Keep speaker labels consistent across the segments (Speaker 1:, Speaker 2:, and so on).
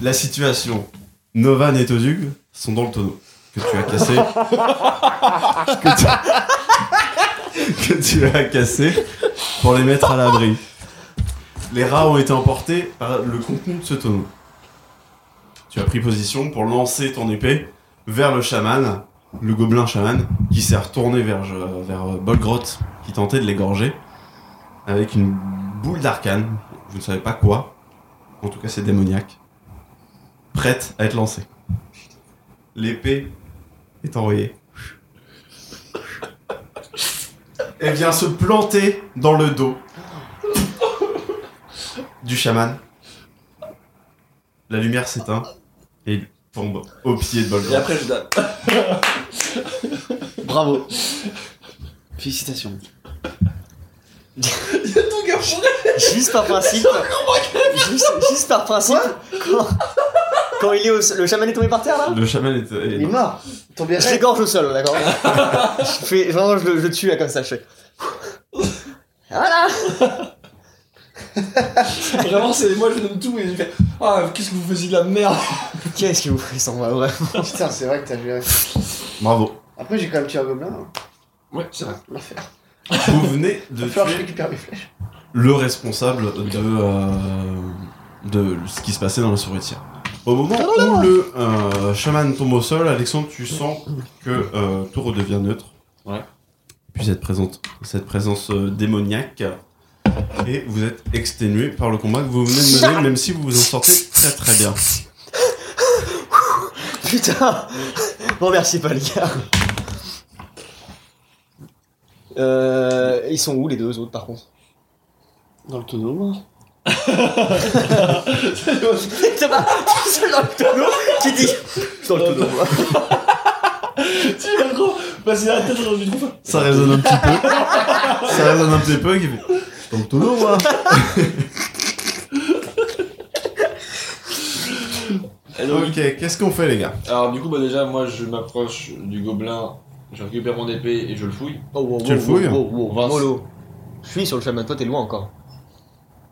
Speaker 1: la situation. Novan et Tozug sont dans le tonneau que tu as cassé. que, tu... que tu as cassé pour les mettre à l'abri. Les rats ont été emportés par le contenu de ce tonneau. Tu as pris position pour lancer ton épée vers le chaman, le gobelin chaman, qui s'est retourné vers, euh, vers euh, Bolgroth, qui tentait de l'égorger, avec une boule d'arcane, vous ne savez pas quoi, en tout cas c'est démoniaque, prête à être lancée. L'épée est envoyée. Et vient se planter dans le dos du chaman. La lumière s'éteint et il tombe au pied de Bolgroth.
Speaker 2: Et après, je donne.
Speaker 3: Bravo. Félicitations.
Speaker 2: Il y a ton gars fourré.
Speaker 3: Juste par principe. juste, juste par principe. Quand, quand il est au, le chaman est tombé par terre là
Speaker 1: Le chaman est, est-
Speaker 3: Il est mort.
Speaker 4: Tombé
Speaker 3: Je l'égorge au sol, d'accord Je fais vraiment je, le- je le tue là comme ça, je fais. Voilà
Speaker 2: Vraiment, c'est moi, je donne tout et je fais Ah, qu'est-ce que vous faisiez de la merde
Speaker 3: Qu'est-ce que vous faites sans moi, ouais
Speaker 4: Putain, c'est vrai que t'as géré.
Speaker 1: Bravo.
Speaker 4: Après, j'ai quand même tué un gobelin. hein.
Speaker 2: Ouais, c'est vrai.
Speaker 4: L'enfer.
Speaker 1: Vous venez de
Speaker 4: Il va falloir que je
Speaker 1: tuer
Speaker 4: récupère mes flèches.
Speaker 1: le responsable de, euh, de ce qui se passait dans la souricière. Au moment
Speaker 4: Ah
Speaker 1: où le euh, chaman tombe au sol, Alexandre, tu sens que euh, tout redevient neutre.
Speaker 2: Ouais.
Speaker 1: Puis cette présence, cette présence euh, démoniaque. Et vous êtes exténué par le combat que vous venez de mener, même si vous vous en sortez très très bien.
Speaker 3: Putain Bon, merci pas, les gars. Euh, ils sont où les deux autres par contre
Speaker 4: Dans le tonneau, moi.
Speaker 3: T'as pas tout seul dans le tonneau qui dit Je suis dans le tonneau moi.
Speaker 2: Tu sais, gros, passer la tête dans une trou.
Speaker 1: Ça résonne un petit peu. Ça résonne un petit peu. qui fait, Je tombe tout l'eau, moi. Ok, qu'est-ce qu'on fait, les gars
Speaker 2: Alors, du coup, bah, déjà, moi, je m'approche du gobelin, je récupère mon épée et je le fouille.
Speaker 3: Oh, wow,
Speaker 1: Tu le
Speaker 3: wow,
Speaker 1: fouilles hein.
Speaker 3: wow, wow, wow,
Speaker 2: Vince.
Speaker 3: Mollo. Je suis sur le chemin, toi t'es loin encore.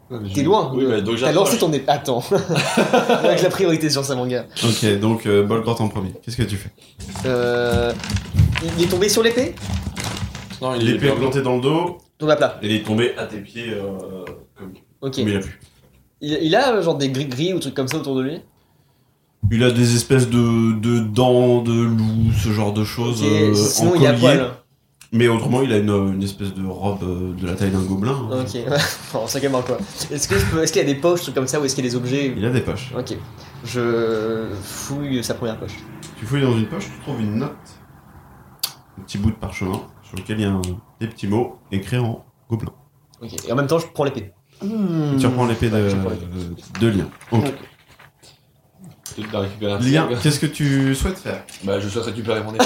Speaker 3: T'es
Speaker 2: T'es
Speaker 4: Ah,
Speaker 3: loin
Speaker 2: Oui, bah, donc
Speaker 3: T'as lancé
Speaker 2: j'approche.
Speaker 3: ton épée. Attends. Avec la priorité sur ça, mon gars.
Speaker 1: Ok, donc euh, Bolgort en premier. Qu'est-ce que tu fais
Speaker 3: Euh. Il est tombé sur l'épée
Speaker 2: Non, il est
Speaker 1: L'épée est
Speaker 2: hyper
Speaker 1: plantée dans le dos
Speaker 3: Tombe à plat.
Speaker 1: et il est tombé à tes pieds euh, comme,
Speaker 3: Ok.
Speaker 1: comme il
Speaker 3: Il,
Speaker 1: a pu.
Speaker 3: il a euh, genre des gris-gris ou trucs comme ça autour de lui
Speaker 1: Il a des espèces de, de dents, de loup, ce genre de choses
Speaker 3: Ok,
Speaker 1: euh, en
Speaker 3: Sinon il
Speaker 1: collier.
Speaker 3: est à poil. hein.
Speaker 1: Mais autrement, il a une, une espèce de robe euh, de la taille d'un gobelin. hein.
Speaker 3: Ok. bon, ça gamin quoi. Est-ce que je peux- est-ce qu'il y a des poches, trucs comme ça ou est-ce qu'il y a des objets
Speaker 1: Il a des poches.
Speaker 3: Ok. Je fouille sa première poche.
Speaker 1: Tu fouilles dans une poche, tu trouves une note, un petit bout de parchemin sur lequel il y a un- des petits mots écrits en gobelin.
Speaker 3: Ok. Et en même temps je prends l'épée.
Speaker 1: Et
Speaker 3: Hmm.
Speaker 1: Tu reprends l'épée de,
Speaker 3: Ouais, je reprends
Speaker 1: de Lien. Ok.
Speaker 2: Peut-être la récupérer.
Speaker 1: Lien, qu'est-ce que tu souhaites faire
Speaker 2: Bah, je souhaite récupérer mon épée.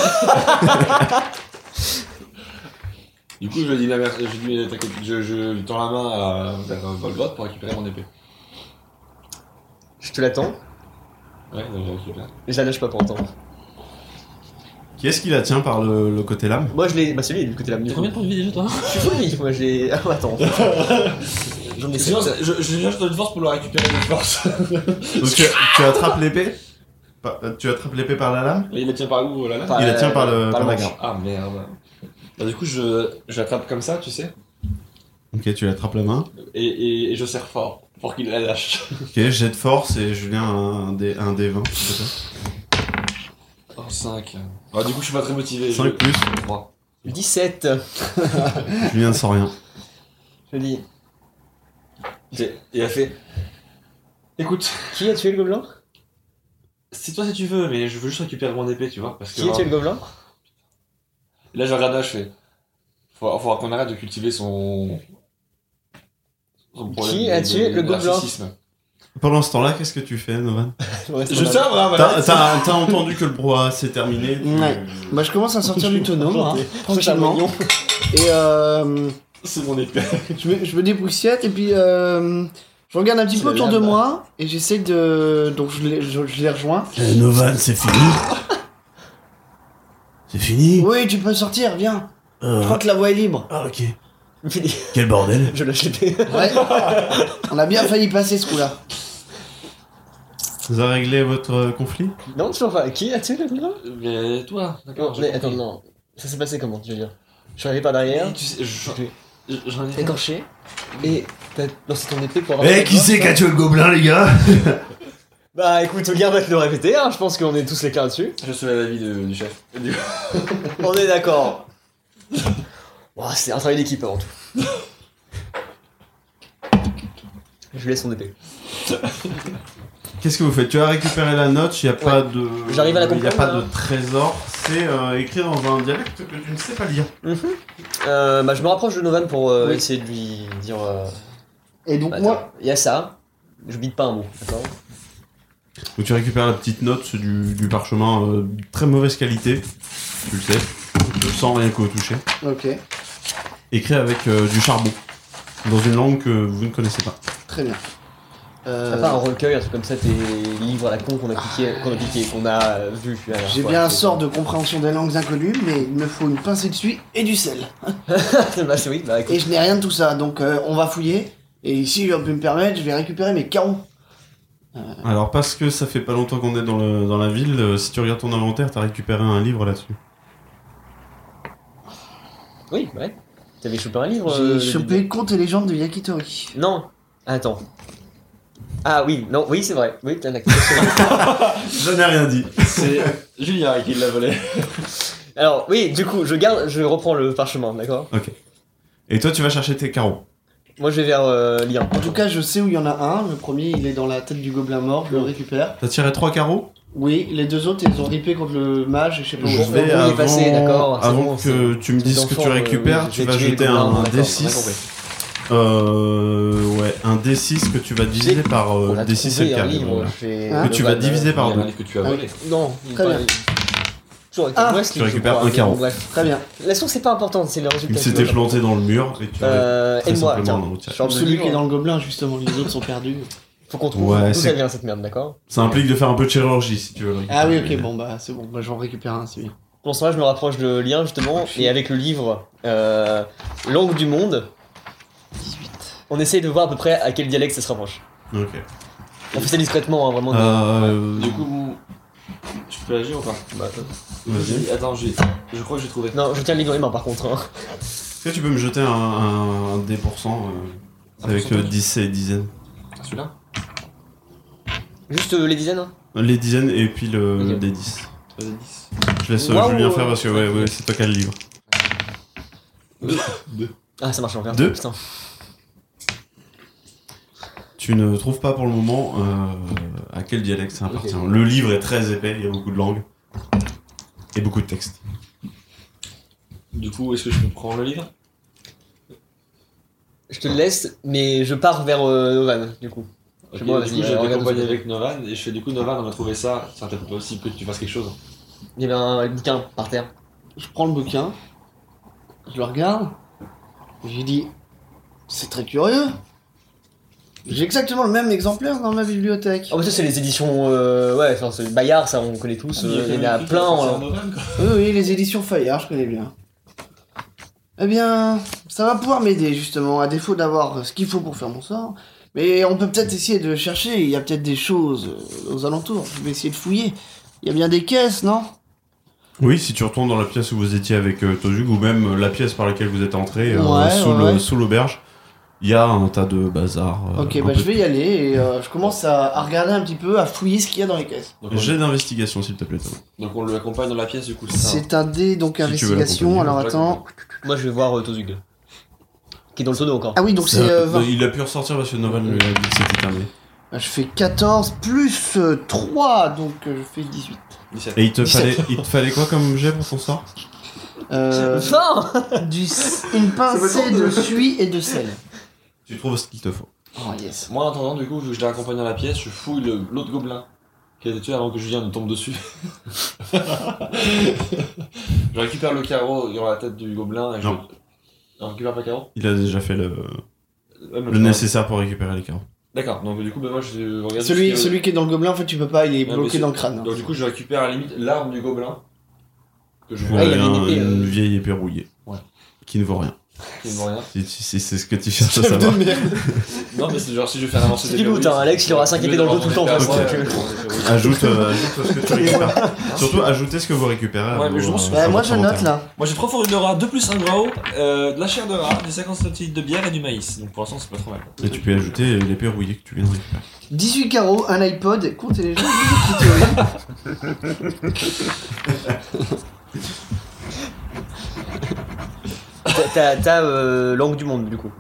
Speaker 2: du coup, je lui dis la mer- je lui dis, euh, t'inquiète, je, je lui tends la main à vers Volgrot pour récupérer mon épée.
Speaker 3: Je te l'attends.
Speaker 2: Ouais, donc je récupère.
Speaker 3: Je la lâche pas pour autant.
Speaker 1: Qui est-ce qui la tient par le, le côté lame
Speaker 3: Moi je l'ai. Bah celui du côté de la
Speaker 2: de temps de vie déjà, toi
Speaker 3: Je suis fourmi, moi j'ai. Ah, attends. J'en ai sept.
Speaker 2: Sinon,
Speaker 4: hein.
Speaker 2: c'est- je, je cherche de force pour le récupérer de force.
Speaker 1: Donc tu, tu attrapes l'épée Par- euh, Tu attrapes l'épée par la lame
Speaker 2: Et il la tient par où, euh, là, là
Speaker 3: Par-
Speaker 1: Il la tient par, le, par
Speaker 3: par le
Speaker 1: la
Speaker 3: manche.
Speaker 1: garde.
Speaker 2: Ah merde. Bah, du coup, je, je l'attrape comme ça, tu sais,
Speaker 1: Ok, tu l'attrapes la main.
Speaker 2: et, et, et je serre fort pour qu'il la lâche.
Speaker 1: Ok, jet de force et Julien un, un des, un des 20. peut-être.
Speaker 2: Oh, 5. Bah, du coup, je suis pas très motivé.
Speaker 1: 5 plus.
Speaker 2: 3.
Speaker 3: 17.
Speaker 1: Julien ne sent rien.
Speaker 3: Je dis.
Speaker 2: Et il a fait. Écoute,
Speaker 3: Qui a tué le gobelin
Speaker 2: c'est toi si tu veux, mais je veux juste récupérer mon épée, tu vois. Parce que
Speaker 3: Qui a tué le gobelin
Speaker 2: là, je regarde là, je fais. Faudra, faudra qu'on arrête de cultiver son. son
Speaker 3: Qui a tué le gobelin
Speaker 2: narcissisme.
Speaker 1: Pendant ce temps-là, qu'est-ce que tu fais, Novan
Speaker 2: Je sais, voilà,
Speaker 1: T'as
Speaker 2: voilà.
Speaker 1: t'as- t'as entendu que le brouhaha s'est terminé tu-
Speaker 4: Ouais. Bah, je commence à sortir du tonneau, moi, hein, tranquillement. Et euh,
Speaker 2: C'est mon épée.
Speaker 4: je, me, je me débrouxillette et puis euh, je regarde un petit
Speaker 3: C'est
Speaker 4: peu
Speaker 3: la
Speaker 4: autour de
Speaker 3: lame.
Speaker 4: moi et j'essaie de. Donc je les, je, je les rejoins.
Speaker 1: Eh, Novan, c'est fini. C'est fini.
Speaker 4: Oui, tu peux sortir, viens. Je
Speaker 1: Euh,
Speaker 4: crois que la voie est libre.
Speaker 1: ah, ok.
Speaker 3: Il dit,
Speaker 1: Quel bordel.
Speaker 3: Je lâche l'épée.
Speaker 4: Ouais. On a bien failli passer ce coup-là.
Speaker 1: Vous avez réglé votre euh, conflit
Speaker 3: Non, toujours pas. Qui a tué le lion
Speaker 2: Mais toi, d'accord.
Speaker 3: Non,
Speaker 2: j'ai
Speaker 3: mais attends,
Speaker 2: compris.
Speaker 3: non. Ça s'est passé comment, je veux dire Je suis arrivé par derrière,
Speaker 2: Et Tu sais, je-
Speaker 3: je l'ai
Speaker 2: je- j'en ai fait.
Speaker 3: écorché, et t'as lancé ton épée pour
Speaker 1: Eh,
Speaker 3: avoir...
Speaker 1: qui c'est qui a tué le gobelin, les gars
Speaker 3: Bah écoute, Olien va te le répéter, hein, je pense qu'on est tous les clairs dessus.
Speaker 2: Je soulève la vie de- du chef. Du-
Speaker 3: On est d'accord. Ouah, c'est un travail d'équipe avant tout. Je lui laisse son épée.
Speaker 1: Qu'est-ce que vous faites Tu as récupéré la note, il n'y a pas de.
Speaker 3: J'arrive à la
Speaker 1: Il n'y a
Speaker 3: comprendre,
Speaker 1: pas
Speaker 3: là.
Speaker 1: de trésor, c'est euh, écrit dans un dialecte que tu ne sais pas lire.
Speaker 3: Euh, bah, je me rapproche de Novan pour euh,
Speaker 4: Oui.
Speaker 3: essayer de lui dire. euh,
Speaker 4: Et donc,
Speaker 3: bah,
Speaker 4: moi.
Speaker 3: attends, Il y a ça. Je bite pas un mot. D'accord.
Speaker 1: Donc tu récupères la petite note c'est du, du parchemin euh, de très mauvaise qualité, tu le sais, sans rien qu'au toucher,
Speaker 4: Ok,
Speaker 1: écrit avec euh, du charbon, dans une langue que vous ne connaissez pas.
Speaker 4: très bien.
Speaker 3: T'as
Speaker 4: Euh,
Speaker 3: pas un recueil, un truc comme ça, tes livres à la con qu'on a cliqué, qu'on a piqué, qu'on a euh, vu. la dernière
Speaker 4: Ah. J'ai
Speaker 3: fois,
Speaker 4: bien un
Speaker 3: c'est-
Speaker 4: sort de compréhension des langues inconnues, mais il me faut une pincée de suie et du sel.
Speaker 3: bah c'est oui, bah écoute.
Speaker 4: Et je n'ai rien de tout ça, donc euh, on va fouiller. Et si je peux me permettre, je vais récupérer mes carreaux.
Speaker 1: Alors parce que ça fait pas longtemps qu'on est dans, le- dans la ville, euh, si tu regardes ton inventaire, t'as récupéré un livre là-dessus.
Speaker 3: Oui, ouais. T'avais chopé un livre.
Speaker 4: J'ai
Speaker 3: euh, le
Speaker 4: chopé
Speaker 3: début.
Speaker 4: Conte et légende de Yakitori.
Speaker 3: Non. Attends. Ah oui, non, oui, c'est vrai. Oui, t'as la
Speaker 1: Je n'ai rien dit.
Speaker 2: C'est Julien qui l'a volé.
Speaker 3: Alors oui, du coup, je garde, je reprends le parchemin, d'accord
Speaker 1: Et toi tu vas chercher tes carreaux.
Speaker 3: Moi, je vais vers euh, Lien.
Speaker 4: En tout cas, je sais où il y en a un. Le premier, il est dans la tête du gobelin mort, je le récupère.
Speaker 1: T'as tiré trois carreaux
Speaker 4: Oui, les deux autres, ils ont ripé contre le mage et je sais pas
Speaker 3: Je
Speaker 4: où.
Speaker 3: vais- on y est passé, d'accord, c'est
Speaker 1: avant
Speaker 3: bon,
Speaker 1: que tu me
Speaker 3: c'est
Speaker 1: dises
Speaker 3: des
Speaker 1: ce que tu
Speaker 3: enfants, euh,
Speaker 1: récupères,
Speaker 3: oui,
Speaker 1: tu
Speaker 3: j'ai
Speaker 1: vas
Speaker 3: tué le
Speaker 1: jeter un,
Speaker 3: gobelin, hein, d'accord, on a compris.
Speaker 1: D6. Euh, ouais, un D6 que tu vas diviser par euh,
Speaker 3: On a
Speaker 1: D6 et
Speaker 3: trouvé
Speaker 1: le
Speaker 3: un
Speaker 1: carré.
Speaker 3: livre. euh,
Speaker 1: voilà.
Speaker 3: chez
Speaker 1: Que
Speaker 4: Ah.
Speaker 1: tu vas
Speaker 3: Novan,
Speaker 1: diviser
Speaker 2: Il y
Speaker 1: par
Speaker 2: a un
Speaker 1: deux.
Speaker 2: livre que tu as
Speaker 4: Ah oui.
Speaker 2: volé.
Speaker 3: Non, il
Speaker 4: Très
Speaker 3: parle-
Speaker 4: bien.
Speaker 3: Toujours avec
Speaker 4: Ah,
Speaker 3: le Wesley,
Speaker 1: tu
Speaker 3: je
Speaker 1: récupères
Speaker 3: crois,
Speaker 1: un
Speaker 3: mais bon,
Speaker 1: carreau.
Speaker 3: bref.
Speaker 4: Très bien.
Speaker 3: La source c'est pas importante, c'est le résultat.
Speaker 1: Il
Speaker 3: qui
Speaker 1: s'était
Speaker 3: compte.
Speaker 1: planté dans le mur et tu as
Speaker 3: Euh,
Speaker 1: très
Speaker 3: aide-moi,
Speaker 1: simplement
Speaker 3: tiens.
Speaker 1: dans le chat.
Speaker 3: Genre de
Speaker 4: Celui
Speaker 3: livre,
Speaker 4: qui est dans le gobelin, justement, les autres sont perdus.
Speaker 3: Faut qu'on trouve
Speaker 1: Ouais,
Speaker 3: d'où
Speaker 1: c'est-
Speaker 3: ça vient cette merde, d'accord
Speaker 1: Ça implique de faire un peu de chirurgie si tu veux. le
Speaker 4: Ah oui,
Speaker 1: récupérer.
Speaker 4: ok, bon, bah c'est bon, bah j'en récupère un, c'est bien.
Speaker 3: Pour ça, je me rapproche de Lien justement, et avec le livre euh, Langue du monde,
Speaker 4: 18.
Speaker 3: on essaye de voir à peu près à quel dialecte ça se rapproche.
Speaker 1: Ok.
Speaker 3: On fait ça discrètement, hein, vraiment.
Speaker 1: Euh,
Speaker 2: Du coup, tu peux agir ou pas
Speaker 3: Bah,
Speaker 1: vas-y.
Speaker 2: Attends, j'ai- je crois que j'ai trouvé.
Speaker 3: Non, je tiens le livre dans les mains par contre. hein.
Speaker 1: Est-ce que tu peux me jeter un, un, un D pourcent, euh,
Speaker 2: Un
Speaker 1: avec euh,
Speaker 2: pourcentage
Speaker 1: 10 et dizaines
Speaker 2: Ah, Celui-là
Speaker 3: Juste euh, les dizaines. hein.
Speaker 1: Les dizaines et puis le,
Speaker 2: Ok.
Speaker 1: le D10.
Speaker 2: Vas-y, 10.
Speaker 1: Je laisse euh,
Speaker 3: Waouh,
Speaker 1: Julien
Speaker 3: ouais.
Speaker 1: faire parce que ouais, ouais, c'est toi qui as le livre.
Speaker 3: Ah, ça marche en
Speaker 1: Deux.
Speaker 3: Putain.
Speaker 1: Tu ne trouves pas pour le moment euh, à quel dialecte ça appartient. Le livre est très épais, il y a beaucoup de langues et beaucoup de textes.
Speaker 2: Du coup, est-ce que je peux prendre le livre
Speaker 3: Je te le laisse, mais je pars vers euh, Novan du coup. Je sais
Speaker 2: Ok,
Speaker 3: pas,
Speaker 2: Du
Speaker 3: vas-y,
Speaker 2: coup,
Speaker 3: euh,
Speaker 2: j'ai
Speaker 3: regarde
Speaker 2: accompagné
Speaker 3: ce que-
Speaker 2: avec Novan et je fais du coup, Novan, on a trouvé ça. Ça peut pas aussi que tu fasses quelque chose. hein.
Speaker 3: Il y avait un bouquin par terre.
Speaker 4: Je prends le bouquin, je le regarde, et j'ai dit C'est très curieux. J'ai exactement le même exemplaire dans ma bibliothèque.
Speaker 3: Oh, mais ça, c'est les éditions. euh, ouais, enfin, c'est Bayard, ça, on connaît tous. euh, il y en a plein. hein.
Speaker 4: Oui, oui, les éditions Fayard, je connais bien. Eh bien, ça va pouvoir m'aider justement, à défaut d'avoir ce qu'il faut pour faire mon sort. Mais on peut peut-être essayer de chercher, il y a peut-être des choses euh, aux alentours. Je vais essayer de fouiller. Il y a bien des caisses, non
Speaker 1: Euh, Oui, si tu retournes dans la pièce où vous étiez avec euh, Tozug ou même euh, la pièce par laquelle vous êtes entré euh,
Speaker 4: Ouais,
Speaker 1: sous
Speaker 4: ouais,
Speaker 1: le-
Speaker 4: ouais.
Speaker 1: sous l'auberge, il y a un tas de bazar. euh,
Speaker 4: Ok,
Speaker 1: un
Speaker 4: bah
Speaker 1: peu
Speaker 4: je vais y aller et euh, je commence à, à regarder un petit peu, à fouiller ce qu'il y a dans les caisses.
Speaker 2: Donc,
Speaker 1: de-
Speaker 2: on-
Speaker 1: Jet d'investigation, s'il te plaît. Thomas.
Speaker 2: donc, on l'accompagne dans la pièce du coup, c'est ça hein
Speaker 4: C'est un dé, donc
Speaker 1: Si tu veux
Speaker 4: investigation.
Speaker 1: l'accompagner,
Speaker 4: Alors
Speaker 2: je
Speaker 4: attends.
Speaker 3: Moi, je vais voir euh, Tozug. Qui est dans le tonneau encore.
Speaker 4: Ah oui, donc
Speaker 1: Ça-
Speaker 4: c'est euh, 20.
Speaker 1: Il a pu ressortir parce que Novan lui a dit que c'était terminé.
Speaker 4: Bah, Je fais 14 plus euh, 3, donc euh, je fais 18.
Speaker 2: 17.
Speaker 1: Et il te, fallait, il te fallait quoi comme jet pour ton sort
Speaker 4: Euh,
Speaker 3: Enfin
Speaker 4: du, une pincée de suie et de sel.
Speaker 1: Tu trouves ce qu'il te faut.
Speaker 4: Oh yes.
Speaker 2: hein. Moi, en attendant, du coup, vu que je l'accompagne dans la pièce, je fouille le- l'autre gobelin qui a été tué avant que Julien ne tombe dessus. je récupère le carreau dans la tête du gobelin et je.
Speaker 1: Non.
Speaker 2: On récupère pas le carreau
Speaker 1: Il a déjà fait le,
Speaker 2: Ouais, mais
Speaker 1: le
Speaker 2: je-
Speaker 1: nécessaire pour récupérer les carreaux.
Speaker 2: D'accord, donc du coup, bah, moi je regarde.
Speaker 4: Celui,
Speaker 2: ce qu'il y a-
Speaker 4: celui qui est dans le gobelin, en fait, tu peux pas, il est
Speaker 2: Ouais, mais
Speaker 4: bloqué
Speaker 2: c'est-
Speaker 4: dans le crâne.
Speaker 2: Donc, du coup, je récupère à la limite l'arme du gobelin. Que je
Speaker 1: Vous
Speaker 2: vois.
Speaker 3: Ouais, il y
Speaker 1: avez
Speaker 3: avait une
Speaker 1: un-
Speaker 3: épée, euh,
Speaker 1: vieille épée rouillée
Speaker 2: Ouais.
Speaker 1: qui ne vaut rien.
Speaker 2: Qui ne vaut rien.
Speaker 1: Si, si- si c'est ce que tu cherches à
Speaker 4: Chef de
Speaker 1: savoir.
Speaker 4: merde.
Speaker 2: Non, mais c'est genre si je vais faire un lancer
Speaker 3: C'est du loot, hein, Alex, il aura cinq épées dans le dos tout le temps,
Speaker 1: Ajoute, euh, ajoute ce que tu récupères. Surtout, ajoutez ce que vous récupérez.
Speaker 2: Ouais,
Speaker 1: à
Speaker 2: mais je
Speaker 1: vos-
Speaker 2: m'en souviens.
Speaker 1: à
Speaker 4: Bah,
Speaker 1: votre
Speaker 4: moi je note
Speaker 1: inventaire.
Speaker 4: là.
Speaker 2: Moi j'ai trois fourrures de rat, 2 plus 1 gros, euh, de la chair de rat, des 50 centilitres de bière et du maïs. Donc pour l'instant c'est pas trop mal.
Speaker 1: Et tu peux ajouter l'épée rouillée que tu viens de récupérer.
Speaker 4: 18 carreaux, un iPod, comptez les gens.
Speaker 3: T'as- T'as t'as, euh, langue du monde, du coup.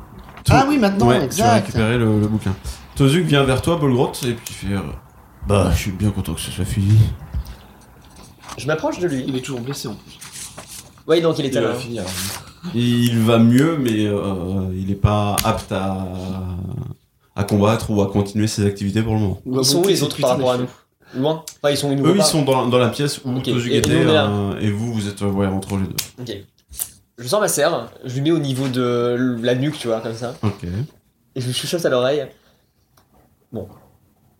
Speaker 4: Ah oui, maintenant,
Speaker 1: ouais, Tu as
Speaker 4: exact.
Speaker 1: récupéré le, le bouquin. Tozuk vient vers toi, Bolgroth, et puis il fait. euh, Bah, je suis bien content que ce soit fini.
Speaker 3: Je m'approche de lui.
Speaker 4: Il est toujours blessé en plus.
Speaker 3: Ouais, donc il est
Speaker 2: Il va
Speaker 3: là.
Speaker 2: finir.
Speaker 1: Il va mieux, mais euh, il est pas apte à, à combattre ou à continuer ses activités pour le moment.
Speaker 3: Ils sont où les autres par rapport à nous Loin Enfin, ils sont où nous
Speaker 1: Eux,
Speaker 3: voient
Speaker 1: ils
Speaker 3: pas.
Speaker 1: sont dans la, dans la pièce où
Speaker 3: Ok,
Speaker 1: Tozuk
Speaker 3: et- et
Speaker 1: était,
Speaker 3: nous, on est là.
Speaker 1: euh, et vous, vous êtes euh, ouais, entre les deux.
Speaker 3: Ok. Je sors ma serre, je lui mets au niveau de la nuque, tu vois, comme ça,
Speaker 1: Ok.
Speaker 3: et je lui chuchote à l'oreille. Bon,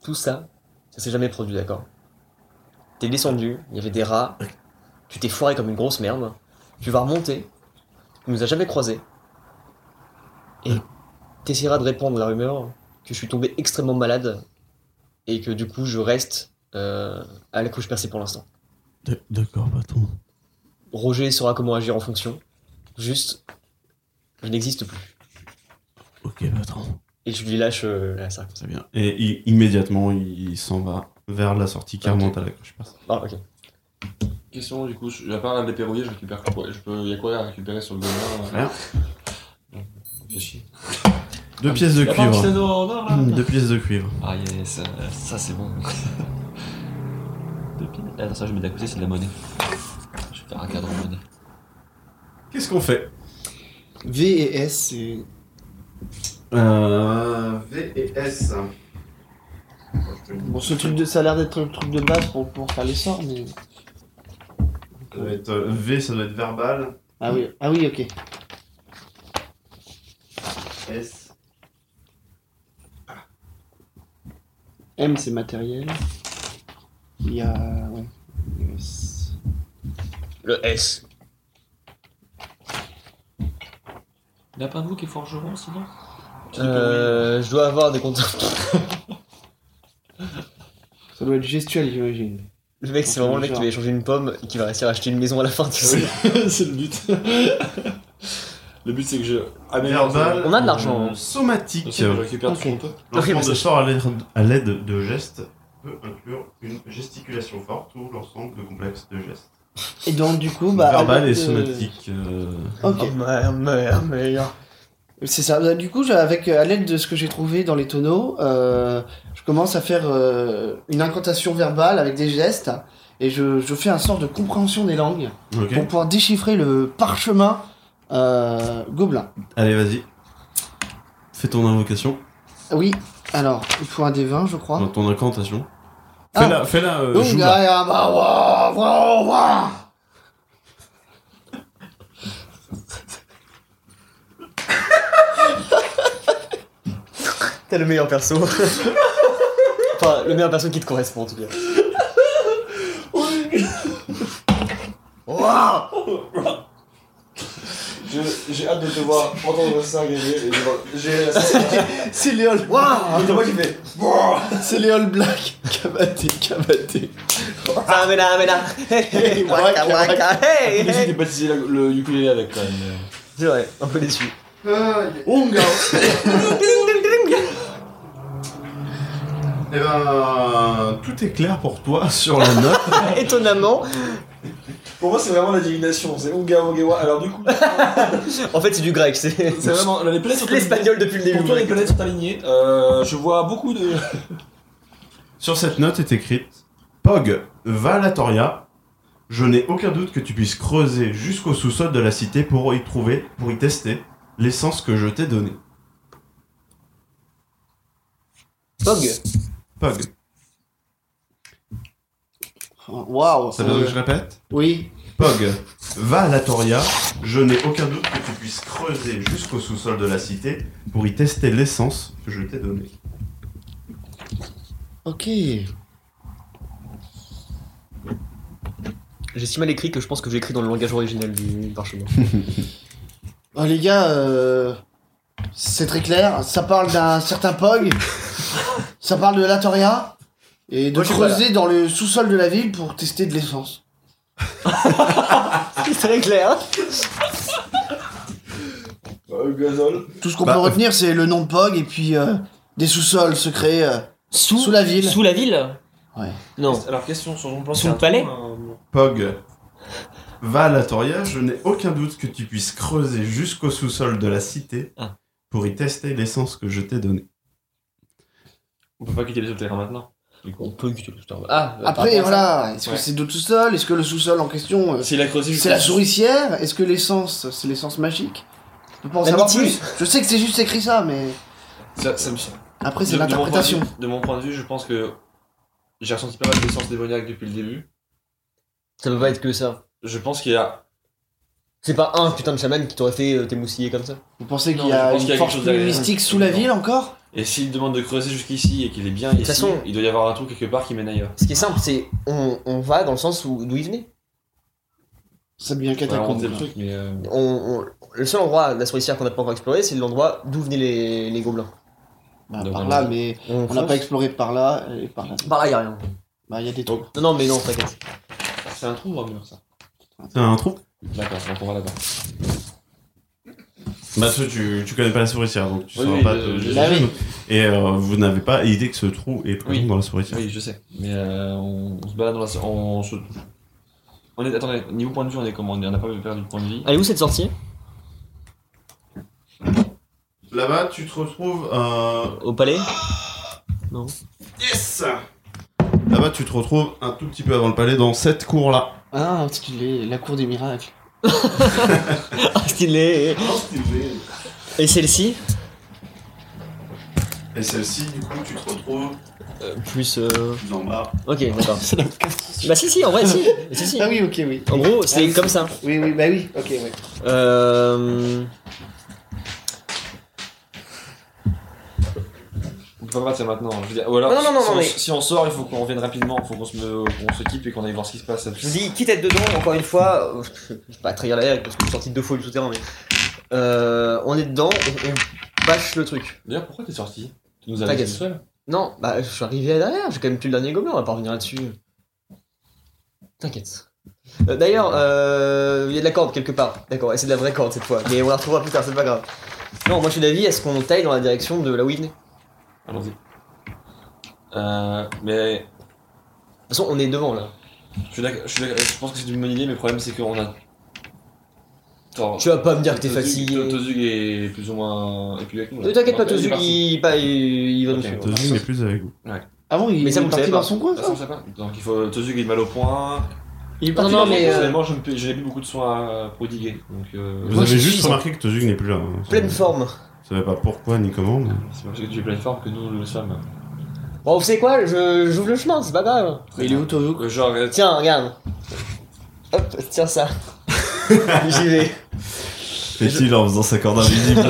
Speaker 3: tout ça, ça s'est jamais produit, d'accord T'es descendu, il y avait des rats, tu t'es foiré comme une grosse merde, tu vas remonter, tu nous as jamais croisés, et t'essaieras de répandre la rumeur que je suis tombé extrêmement malade, et que du coup je reste euh, à la couche percée pour l'instant.
Speaker 1: D'accord, patron.
Speaker 3: Roger saura comment agir en fonction. Juste, je n'existe plus.
Speaker 1: Ok, patron.
Speaker 3: Et je lui lâche euh, la sac.
Speaker 1: Très bien. Et i- immédiatement, il s'en va vers la sortie qui
Speaker 3: Ok.
Speaker 1: remonte à la gauche.
Speaker 3: Ah, ok.
Speaker 2: Question du coup, je- à part un épée rouillée, je récupère quoi je peux... Y'a quoi à récupérer sur le euh? bonheur
Speaker 1: Rien.
Speaker 2: Fais chier.
Speaker 1: Deux pièces de
Speaker 2: Y'a pas un
Speaker 1: cuivre.
Speaker 2: petit anneau en or, là
Speaker 1: Hmm, Deux pièces de cuivre.
Speaker 2: Ah yes, euh, ça c'est bon. Deux piles. Attends, Eh, ça je mets d'à côté, c'est de la monnaie. Je vais faire un cadre en monnaie.
Speaker 1: Qu'est-ce qu'on fait
Speaker 4: V et S, c'est.
Speaker 1: euh, V et S.
Speaker 4: Bon, ce truc de. Ça a l'air d'être le truc de base pour, pour faire les sorts, mais.
Speaker 1: Ça doit être, euh, v, ça doit être verbal.
Speaker 4: Ah oui, ah oui, ok.
Speaker 1: S.
Speaker 4: M, c'est matériel. Il y a. Ouais. Il y a S.
Speaker 3: Le S.
Speaker 2: Y'a pas un de vous qui est forgeron sinon
Speaker 3: Euh, je dois avoir des comptes.
Speaker 4: Ça doit être gestuel, j'imagine.
Speaker 3: Le mec, c'est vraiment le mec qui va échanger une pomme et qui va réussir à acheter une maison à la fin. tu sais.
Speaker 2: c'est le but. le but c'est que je.
Speaker 1: Verbal.
Speaker 3: On a de l'argent.
Speaker 1: euh, Somatique.
Speaker 2: Je récupère tout
Speaker 4: Ok.
Speaker 2: ce qu'on peut.
Speaker 3: Ok,
Speaker 1: L'ensemble
Speaker 3: mais
Speaker 1: de
Speaker 3: c'est-
Speaker 1: sort à l'aide- à l'aide de gestes peut inclure une gesticulation forte ou l'ensemble de complexes de gestes.
Speaker 4: Et donc, du coup, bah.
Speaker 1: verbal et
Speaker 4: avec, euh,
Speaker 1: somatique. euh,
Speaker 4: Ok.
Speaker 3: Oh, merde, merde, merde.
Speaker 4: C'est ça. Bah, Du coup, j'ai- avec euh, à l'aide de ce que j'ai trouvé dans les tonneaux, euh, je commence à faire euh, une incantation verbale avec des gestes et je, je fais un sort de compréhension des langues
Speaker 1: Ok.
Speaker 4: pour pouvoir déchiffrer le parchemin euh, gobelin.
Speaker 1: Allez, vas-y. Fais ton invocation.
Speaker 4: Oui. Alors, il faut un des 20, je crois.
Speaker 1: Dans ton incantation.
Speaker 4: Ah.
Speaker 1: Fais-la, fais-la, euh,
Speaker 4: Donc,
Speaker 1: joue-la.
Speaker 4: ah, bah, ouah, ouah, ouah.
Speaker 3: T'as le meilleur perso. enfin, le meilleur perso qui te correspond en tout cas. Waouh
Speaker 2: Je- J'ai hâte de te voir entendre ça gagner. et de voir- J'ai.
Speaker 4: C'est les All
Speaker 3: Waouh
Speaker 2: C'est moi qui fais. Wouah
Speaker 4: C'est les All Blacks. Kamaté, kamaté.
Speaker 3: Ah, mais là, mais là Hey, waka, waka, hey,
Speaker 2: J'ai
Speaker 3: hey.
Speaker 2: dépatissé la- le ukulélé avec quand même.
Speaker 3: C'est vrai, un peu déçu.
Speaker 1: Onga. Eh ben, tout est clair pour toi sur la note.
Speaker 3: Étonnamment,
Speaker 2: Pour moi, c'est vraiment la divination. C'est Onga Ongewa. Alors, du coup,
Speaker 3: en fait c'est du grec, c'est
Speaker 2: c'est vraiment. Les planètes sont
Speaker 3: l'espagnol depuis le début.
Speaker 2: Pour toi, les planètes sont alignées. Euh, je vois beaucoup de.
Speaker 1: sur cette note est écrite Pog Valatoria. Je n'ai aucun doute que tu puisses creuser jusqu'au sous-sol de la cité pour y trouver, pour y tester l'essence que je t'ai donnée.
Speaker 3: Pog.
Speaker 1: Pog.
Speaker 4: Waouh. Euh,
Speaker 1: Ça veut dire que je répète
Speaker 4: Oui.
Speaker 1: Pog Valatoria. Je n'ai aucun doute que tu puisses creuser jusqu'au sous-sol de la cité pour y tester l'essence que je t'ai donnée.
Speaker 4: Ok.
Speaker 3: J'ai si mal écrit que je pense que j'ai écrit dans le langage original du parchemin.
Speaker 4: Oh, les gars, euh, c'est très clair. Ça parle d'un certain Pog. ça parle de l'Atoria. Et de
Speaker 3: Moi, je suis pas
Speaker 4: creuser dans le sous-sol de la ville pour tester de l'essence.
Speaker 3: C'est très clair.
Speaker 2: Euh, gazole.
Speaker 4: Tout ce qu'on
Speaker 1: Bah,
Speaker 4: peut
Speaker 1: euh,
Speaker 4: retenir, c'est le nom de Pog et puis euh, des sous-sols secrets. euh. Sous la ville.
Speaker 5: Sous la ville
Speaker 4: Ouais.
Speaker 5: Non.
Speaker 2: Alors, question sur mon plan.
Speaker 5: Sous
Speaker 2: c'est
Speaker 5: le
Speaker 2: un
Speaker 5: palais
Speaker 2: trou, un-
Speaker 1: Pog, va à la Toria, je n'ai aucun doute que tu puisses creuser jusqu'au sous-sol de la cité
Speaker 5: Ah.
Speaker 1: pour y tester l'essence que je t'ai donnée.
Speaker 2: On peut pas quitter les autres terrains maintenant. Du
Speaker 3: On
Speaker 2: coup.
Speaker 3: peut éviter le store. Ah, euh, par rapport à
Speaker 4: Après,
Speaker 3: ça.
Speaker 4: voilà, est-ce
Speaker 2: Ouais.
Speaker 4: que c'est d'autres sous-sols Est-ce que le sous-sol en question, euh,
Speaker 2: C'est la creusée
Speaker 4: c'est la souricière Est-ce que l'essence, c'est l'essence magique Je peux pas en
Speaker 3: La
Speaker 4: savoir
Speaker 3: mythine.
Speaker 4: plus. Je sais que c'est juste écrit ça, mais
Speaker 2: Ça, ça me semble.
Speaker 4: après,
Speaker 2: De-
Speaker 4: c'est
Speaker 2: de mon point de
Speaker 4: l'interprétation.
Speaker 2: vue- De, mon point de vue, je pense que j'ai ressenti pas mal d'essence démoniaque depuis le début.
Speaker 3: Ça peut pas être que ça.
Speaker 2: Je pense qu'il y a.
Speaker 3: C'est pas un putain de chaman qui t'aurait fait euh, t'émoustiller comme ça.
Speaker 4: Vous pensez qu'il
Speaker 2: Non,
Speaker 4: y
Speaker 2: je
Speaker 4: a
Speaker 2: pense
Speaker 4: une
Speaker 2: qu'il y a quelque
Speaker 4: force
Speaker 2: chose
Speaker 4: plus
Speaker 2: derrière.
Speaker 4: mystique sous la
Speaker 2: Non.
Speaker 4: ville encore
Speaker 2: Et s'il demande de creuser jusqu'ici et qu'il est bien ici,
Speaker 3: façon-
Speaker 2: il doit y avoir un trou quelque part qui mène ailleurs.
Speaker 3: Ce qui est simple, c'est on, on va dans le sens où d'où il venait.
Speaker 4: Ça devient
Speaker 2: On va inventer le
Speaker 4: catacombe.
Speaker 2: truc, mais. euh,
Speaker 3: On- on- le seul endroit de la souricière qu'on n'a pas encore exploré, c'est l'endroit d'où venaient les, les gobelins.
Speaker 4: Bah,
Speaker 2: Donc,
Speaker 4: par
Speaker 2: on
Speaker 4: là,
Speaker 2: a-
Speaker 4: mais on n'a
Speaker 3: fonce.
Speaker 4: pas exploré par là et par là.
Speaker 3: Par là, y a rien.
Speaker 4: Bah, il y a des trucs.
Speaker 3: Non, non, mais non, t'inquiète.
Speaker 2: C'est un trou ou un mur, ça
Speaker 1: C'est un trou
Speaker 2: D'accord, donc on va là-bas.
Speaker 1: Bah, toi, tu, tu connais pas la souricière, donc tu
Speaker 2: Oui,
Speaker 1: sauras
Speaker 2: oui,
Speaker 1: pas.
Speaker 2: euh,
Speaker 1: te-
Speaker 2: je-
Speaker 4: Bah oui.
Speaker 1: Et euh, vous n'avez pas idée que ce trou est présent
Speaker 2: Oui.
Speaker 1: dans la souricière.
Speaker 2: Oui, je sais. Mais euh, on, on se balade dans la. so- On se. On est, attendez, niveau point de vue, on est comment On n'a pas perdu de point de vie.
Speaker 3: Allez, où cette sortie
Speaker 1: Là-bas, tu te retrouves. euh,
Speaker 3: Au palais
Speaker 1: Yes Là-bas, tu te retrouves un tout petit peu avant le palais, dans cette cour-là.
Speaker 4: Ah, stylé, la cour des miracles.
Speaker 3: Ah, stylé
Speaker 2: Oh,
Speaker 3: Et celle-ci
Speaker 1: Et celle-ci, du coup, tu te retrouves
Speaker 3: Plus. euh,
Speaker 1: plus en bas.
Speaker 3: Ok, d'accord. bah, si, si, en vrai, si. si, si.
Speaker 4: Ah oui, ok, oui.
Speaker 3: En gros, c'est
Speaker 4: Ah oui.
Speaker 3: comme ça.
Speaker 4: Oui, oui, bah oui, ok, ouais.
Speaker 3: Euh.
Speaker 2: On peut pas battre ça maintenant. je veux dire. Ou alors,
Speaker 3: Non, non, non,
Speaker 2: si,
Speaker 3: non,
Speaker 2: on,
Speaker 3: mais-
Speaker 2: si on sort, il faut qu'on revienne rapidement, il faut qu'on se, me- qu'on se quitte et qu'on aille voir ce qui se passe.
Speaker 3: Je vous dis, quitte à être dedans, encore une fois, euh, je vais pas trahir la règle parce que je suis sorti deux fois du souterrain, mais. Euh, on est dedans, on, on bâche le truc.
Speaker 2: D'ailleurs, pourquoi t'es sorti Tu nous as
Speaker 3: T'inquiète.
Speaker 2: laissé seul
Speaker 3: Non, bah je suis arrivé derrière, j'ai quand même tué le dernier gobelin, on va pas revenir là-dessus. T'inquiète. Euh, D'ailleurs, euh, il y a de la corde quelque part. D'accord, et c'est de la vraie corde cette fois, mais on la retrouvera plus tard, c'est pas grave. Non, moi je suis d'avis à ce qu'on taille dans la direction de la où il venait. De
Speaker 2: Allons-y. Euh, mais
Speaker 3: toute façon, on est devant là.
Speaker 2: je, suis d'accord- je, suis d'accord- je pense que c'est une bonne idée, mais le problème c'est qu'on a. Attends,
Speaker 3: Tu vas pas me dire que t'es
Speaker 2: Tozug- To-
Speaker 3: fatigué.
Speaker 2: Tozug est plus ou moins. Et puis avec nous. là.
Speaker 3: Ne t'inquiète pas,
Speaker 2: Non, il est
Speaker 3: Tozu,
Speaker 2: parti.
Speaker 3: il, bah, il- il va nous
Speaker 2: Ok.
Speaker 3: suivre.
Speaker 1: Tozu n'est plus avec vous.
Speaker 4: Ah bon, il
Speaker 3: Mais ça, vous le
Speaker 4: est parti
Speaker 3: savez
Speaker 4: dans
Speaker 3: pas.
Speaker 4: son coin,
Speaker 2: Ça,
Speaker 4: ça
Speaker 2: on sait pas. Donc il faut. Tozug est mal au point.
Speaker 4: Il est
Speaker 3: Non,
Speaker 4: parti
Speaker 3: non,
Speaker 4: dans son
Speaker 3: mais,
Speaker 4: coin.
Speaker 3: euh,
Speaker 2: Personnellement, je me- je n'ai plus beaucoup de soins à prodiguer. Donc. euh,
Speaker 1: Vous
Speaker 3: Moi, je
Speaker 1: avez juste
Speaker 3: suis en-
Speaker 1: remarqué que Tozug n'est plus là. hein.
Speaker 3: Pleine forme.
Speaker 1: Vous savez pas pourquoi ni comment, mais...
Speaker 2: C'est pas parce que tu es plateforme que nous le sommes.
Speaker 3: Bon, vous savez quoi Je- J'ouvre le chemin, c'est pas grave.
Speaker 4: Mais Il est où, Tojo
Speaker 2: Euh, Genre, euh,
Speaker 3: Tiens, regarde. Hop, tiens ça. J'y vais.
Speaker 1: Fait-il en faisant sa corde invisible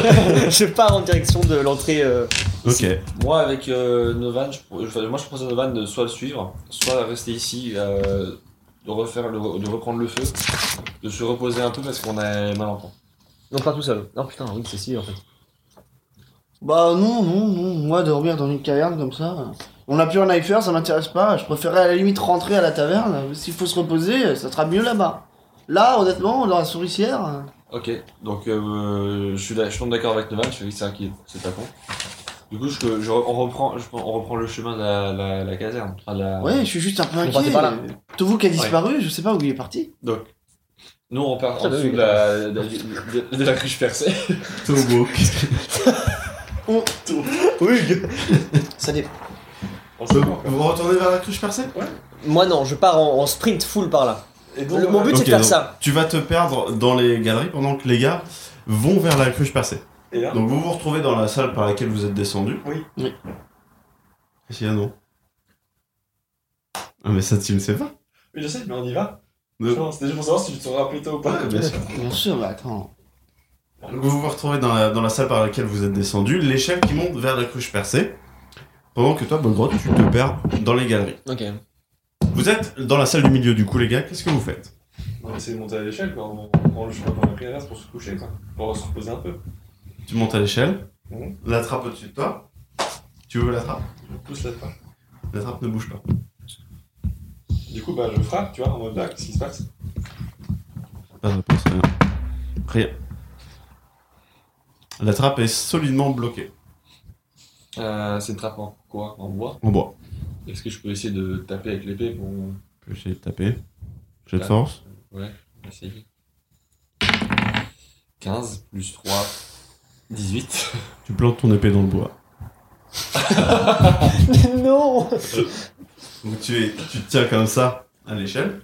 Speaker 3: Je pars en direction de l'entrée. euh,
Speaker 1: Ok.
Speaker 2: Moi, avec euh, Novan, je, pour- enfin, moi je propose à Novan de soit le suivre, soit rester ici, euh, de, refaire le- de reprendre le feu, de se reposer un peu parce qu'on a mal en temps.
Speaker 3: Non, pas tout seul. Non, putain, oui, c'est si en fait.
Speaker 4: Bah non, non, non, moi dormir dans une caverne comme ça. euh, On n'a plus un knifer, ça m'intéresse pas. Je préférerais à la limite rentrer à la taverne. S'il faut se reposer, euh, ça sera mieux là-bas. Là, honnêtement, dans la souricière. euh,
Speaker 3: Ah.
Speaker 2: Ok, donc euh, je, suis d'a- je tombe d'accord avec Novan, je fais que c'est un kill, c'est pas con. Du coup, je, je- on, reprend, je- on reprend le chemin de la, la- la caserne. enfin, de la-
Speaker 4: Ouais, je suis juste un peu inquiet.
Speaker 3: partez par là.
Speaker 4: Tout vous qui a disparu, je sais pas où il est parti.
Speaker 2: Nous, on repart
Speaker 3: Ah,
Speaker 2: en
Speaker 3: bah
Speaker 2: dessous
Speaker 3: oui.
Speaker 2: de, la, de, de- de la cruche percée.
Speaker 1: Togo.
Speaker 3: Oui
Speaker 4: Ça dépend.
Speaker 2: On se reprend.
Speaker 1: Vous retournez vers la cruche percée
Speaker 3: Moi, non, je pars en, en sprint full par là.
Speaker 2: Et donc,
Speaker 3: Le- mon but, c'est
Speaker 1: Ok,
Speaker 3: de faire
Speaker 1: donc.
Speaker 3: ça.
Speaker 1: Tu vas te perdre dans les galeries pendant que les gars vont vers la cruche percée.
Speaker 2: et là,
Speaker 1: Donc vous vous retrouvez dans la salle par laquelle vous êtes descendu.
Speaker 2: Oui.
Speaker 4: Oui.
Speaker 1: Et si, ah non. Ah mais ça tu ne sais pas.
Speaker 2: Oui, je sais, mais on y va.
Speaker 1: De-
Speaker 2: Non, C'était juste pour savoir si tu te seras plus tôt ou pas.
Speaker 1: Ouais, bien sûr.
Speaker 4: Bien sûr, bah attends.
Speaker 1: Donc vous vous retrouvez dans la, dans la salle par laquelle vous êtes descendu, l'échelle qui monte vers la cruche percée, pendant que toi, Bogrod, tu te perds dans les galeries.
Speaker 3: Ok.
Speaker 1: Vous êtes dans la salle du milieu du coup, les gars, qu'est-ce que vous faites
Speaker 2: On va essayer de monter à l'échelle, quoi. On on prend le chemin par la PRS pour se coucher, quoi. Pour se reposer un peu.
Speaker 1: Tu montes à l'échelle,
Speaker 2: Mhm.
Speaker 1: la trappe au-dessus de toi. Tu veux la trappe
Speaker 2: Je pousse la trappe.
Speaker 1: La trappe ne bouge pas.
Speaker 2: Du coup, bah, je frappe, tu vois, en mode là, qu'est-ce qui se passe
Speaker 1: Pas de réponse, rien. Rien. La trappe est solidement bloquée
Speaker 2: euh, C'est une trappe en quoi En bois
Speaker 1: en bois.
Speaker 2: Est-ce que je peux essayer de taper avec l'épée pour
Speaker 1: Je vais essayer de taper. J'ai de
Speaker 2: Ouais.
Speaker 1: force.
Speaker 2: essayer 15 plus 3, 18.
Speaker 1: Tu plantes ton épée dans le bois.
Speaker 3: non
Speaker 1: Donc tu, es, tu te tiens comme ça à l'échelle.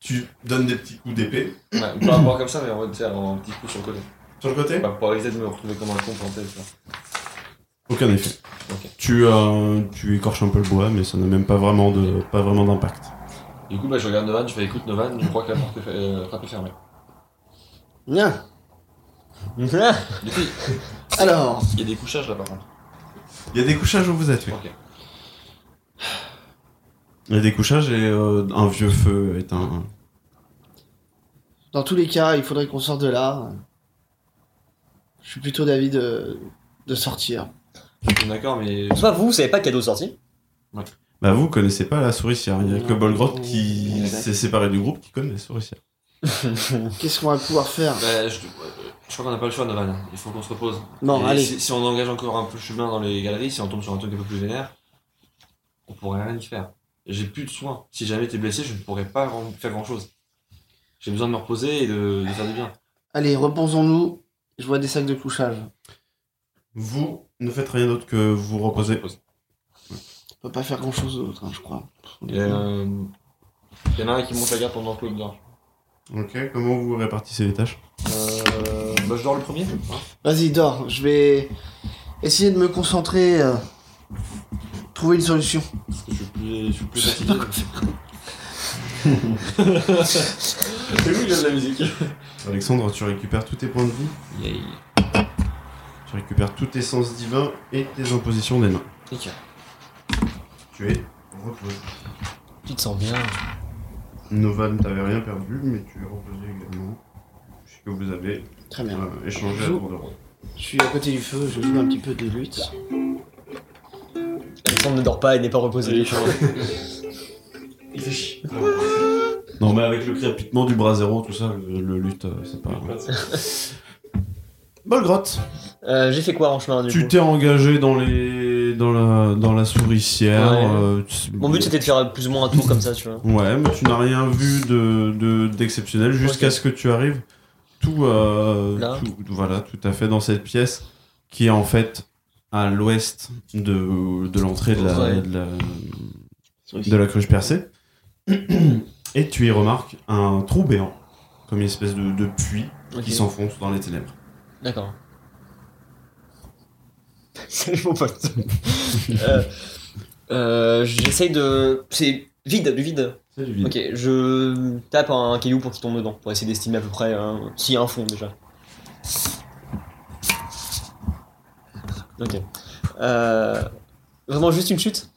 Speaker 1: Tu donnes des petits coups d'épée
Speaker 2: Ouais, pas un bord comme ça, mais on va faire un petit coup sur le côté.
Speaker 1: sur le côté.
Speaker 2: Pas pour éviter de me retrouver comme un con planté, tu vois.
Speaker 1: Aucun effet.
Speaker 2: Ok.
Speaker 1: Tu, euh, tu écorches un peu le bois, mais ça n'a même pas vraiment de pas vraiment d'impact.
Speaker 2: Du coup, bah, je regarde Novan, je fais écoute Novan, je crois que la porte est, fa- euh, la trappe est fermée.
Speaker 4: Bien.
Speaker 3: Ah,
Speaker 2: Du coup,
Speaker 4: Alors,
Speaker 2: il y a des couchages là par contre.
Speaker 1: Il y a des couchages où vous êtes. oui.
Speaker 2: Ok.
Speaker 1: Il y a des couchages et euh, un vieux feu est un.
Speaker 4: dans tous les cas, il faudrait qu'on sorte de là. Je suis plutôt d'avis de, de sortir.
Speaker 2: Je suis d'accord, mais. bah,
Speaker 3: Soit vous, vous savez pas qu'il y a d'autres sorties
Speaker 1: Bah vous connaissez pas la souricière. Il y a que
Speaker 4: Non.
Speaker 1: Bolgrot qui
Speaker 2: Exact.
Speaker 1: s'est séparé du groupe qui connaît la souricière.
Speaker 4: Qu'est-ce qu'on va pouvoir faire
Speaker 2: Bah, je, euh, je crois qu'on n'a pas le choix, Novan. Il faut qu'on se repose.
Speaker 4: Bon,
Speaker 2: Et
Speaker 4: allez.
Speaker 2: Si, si on engage encore un peu le chemin dans les galeries, si on tombe sur un truc un peu plus vénère, on pourrait rien y faire. J'ai plus de soins. Si jamais t'es blessé, je ne pourrais pas grand- faire grand chose. J'ai besoin de me reposer et de, de faire du bien.
Speaker 4: Allez, reposons-nous. Je vois des sacs de couchage.
Speaker 1: Vous ne faites rien d'autre que vous reposer.
Speaker 4: On peut pas faire grand-chose d'autre, hein, je crois.
Speaker 2: Il y, a, euh, il y en a un qui monte la garde pendant que l'autre dort.
Speaker 1: Ok. Comment vous répartissez les tâches
Speaker 2: Euh, bah, je dors le premier. hein.
Speaker 4: Vas-y, dors. Je vais essayer de me concentrer. euh, Trouver une solution.
Speaker 2: Parce que je suis plus, je suis plus fatigué. C'est vous qui avez de la musique.
Speaker 1: Alexandre, tu récupères tous tes points de vie.
Speaker 2: Yay.
Speaker 1: Tu récupères tous tes sens divins et tes impositions des mains.
Speaker 2: Nickel.
Speaker 1: Tu es reposé.
Speaker 3: Tu te sens bien.
Speaker 1: Novan, t'avais rien perdu, mais tu es reposé également. Puisque vous avez
Speaker 4: Très bien.
Speaker 1: euh, échangé à
Speaker 4: Joue.
Speaker 1: tour de rôle.
Speaker 4: Je suis à côté du feu, je joue un petit peu de lutte.
Speaker 3: Alexandre ne dort pas et n'est pas reposé.
Speaker 2: Il fait chier.
Speaker 1: Non, mais avec le crépitement du bras zéro, tout ça, le, le lutte, euh, c'est pas. Bolgrotte,
Speaker 3: Euh, J'ai fait quoi en chemin du
Speaker 1: tu
Speaker 3: coup
Speaker 1: t'es engagé dans les. dans la, dans la souricière.
Speaker 3: Ouais.
Speaker 1: euh, tu-
Speaker 3: Mon but c'était de faire plus ou moins un tour comme ça, tu vois.
Speaker 1: Ouais, mais tu n'as rien vu de, de- d'exceptionnel jusqu'à
Speaker 3: Ok.
Speaker 1: ce que tu arrives tout, euh,
Speaker 3: Là.
Speaker 1: tout- voilà, tout à fait dans cette pièce qui est en fait à l'ouest de, de l'entrée de la,
Speaker 3: Ouais.
Speaker 1: de la, de la cruche percée. Et tu y remarques un trou béant, comme une espèce de, de puits
Speaker 3: Ok.
Speaker 1: qui s'enfonce dans les ténèbres.
Speaker 3: D'accord. Salut mon pote. euh, euh, J'essaye de. C'est vide, du vide.
Speaker 1: C'est du vide.
Speaker 3: Ok, je tape un caillou pour qu'il tombe dedans, pour essayer d'estimer à peu près hein, s'il y a un fond déjà. Ok. Euh, vraiment juste une chute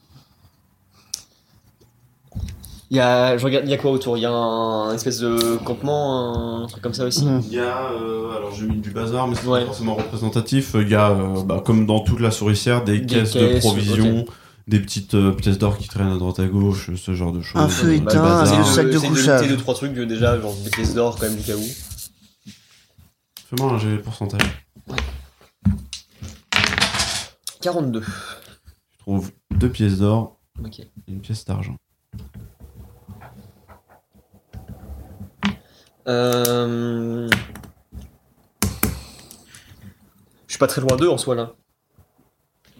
Speaker 3: il y, a, je regarde, il y a quoi autour Il y a un, un espèce de campement, un truc comme ça aussi
Speaker 2: Mm.
Speaker 4: Mmh.
Speaker 1: Il y a, euh, alors j'ai mis du bazar, mais c'est
Speaker 3: Ouais.
Speaker 1: pas forcément représentatif. Il y a, euh, bah, comme dans toute la souricière, des,
Speaker 3: Des
Speaker 1: caisses, de
Speaker 3: caisses,
Speaker 1: provisions, des petites euh, pièces d'or qui traînent à droite à gauche, ce genre de choses.
Speaker 4: Un feu
Speaker 1: Du
Speaker 4: éteint, un
Speaker 1: Bah, bazar.
Speaker 4: sac de
Speaker 3: J'essaie
Speaker 4: couchage.
Speaker 3: de noter deux, trois trucs euh, déjà, genre des pièces d'or quand même du cas où.
Speaker 1: Fais-moi un GV pourcentage.
Speaker 3: 42.
Speaker 1: Tu trouves deux pièces d'or
Speaker 3: Ok.
Speaker 1: et une pièce d'argent.
Speaker 3: Euh... Je suis pas très loin d'eux en soi là.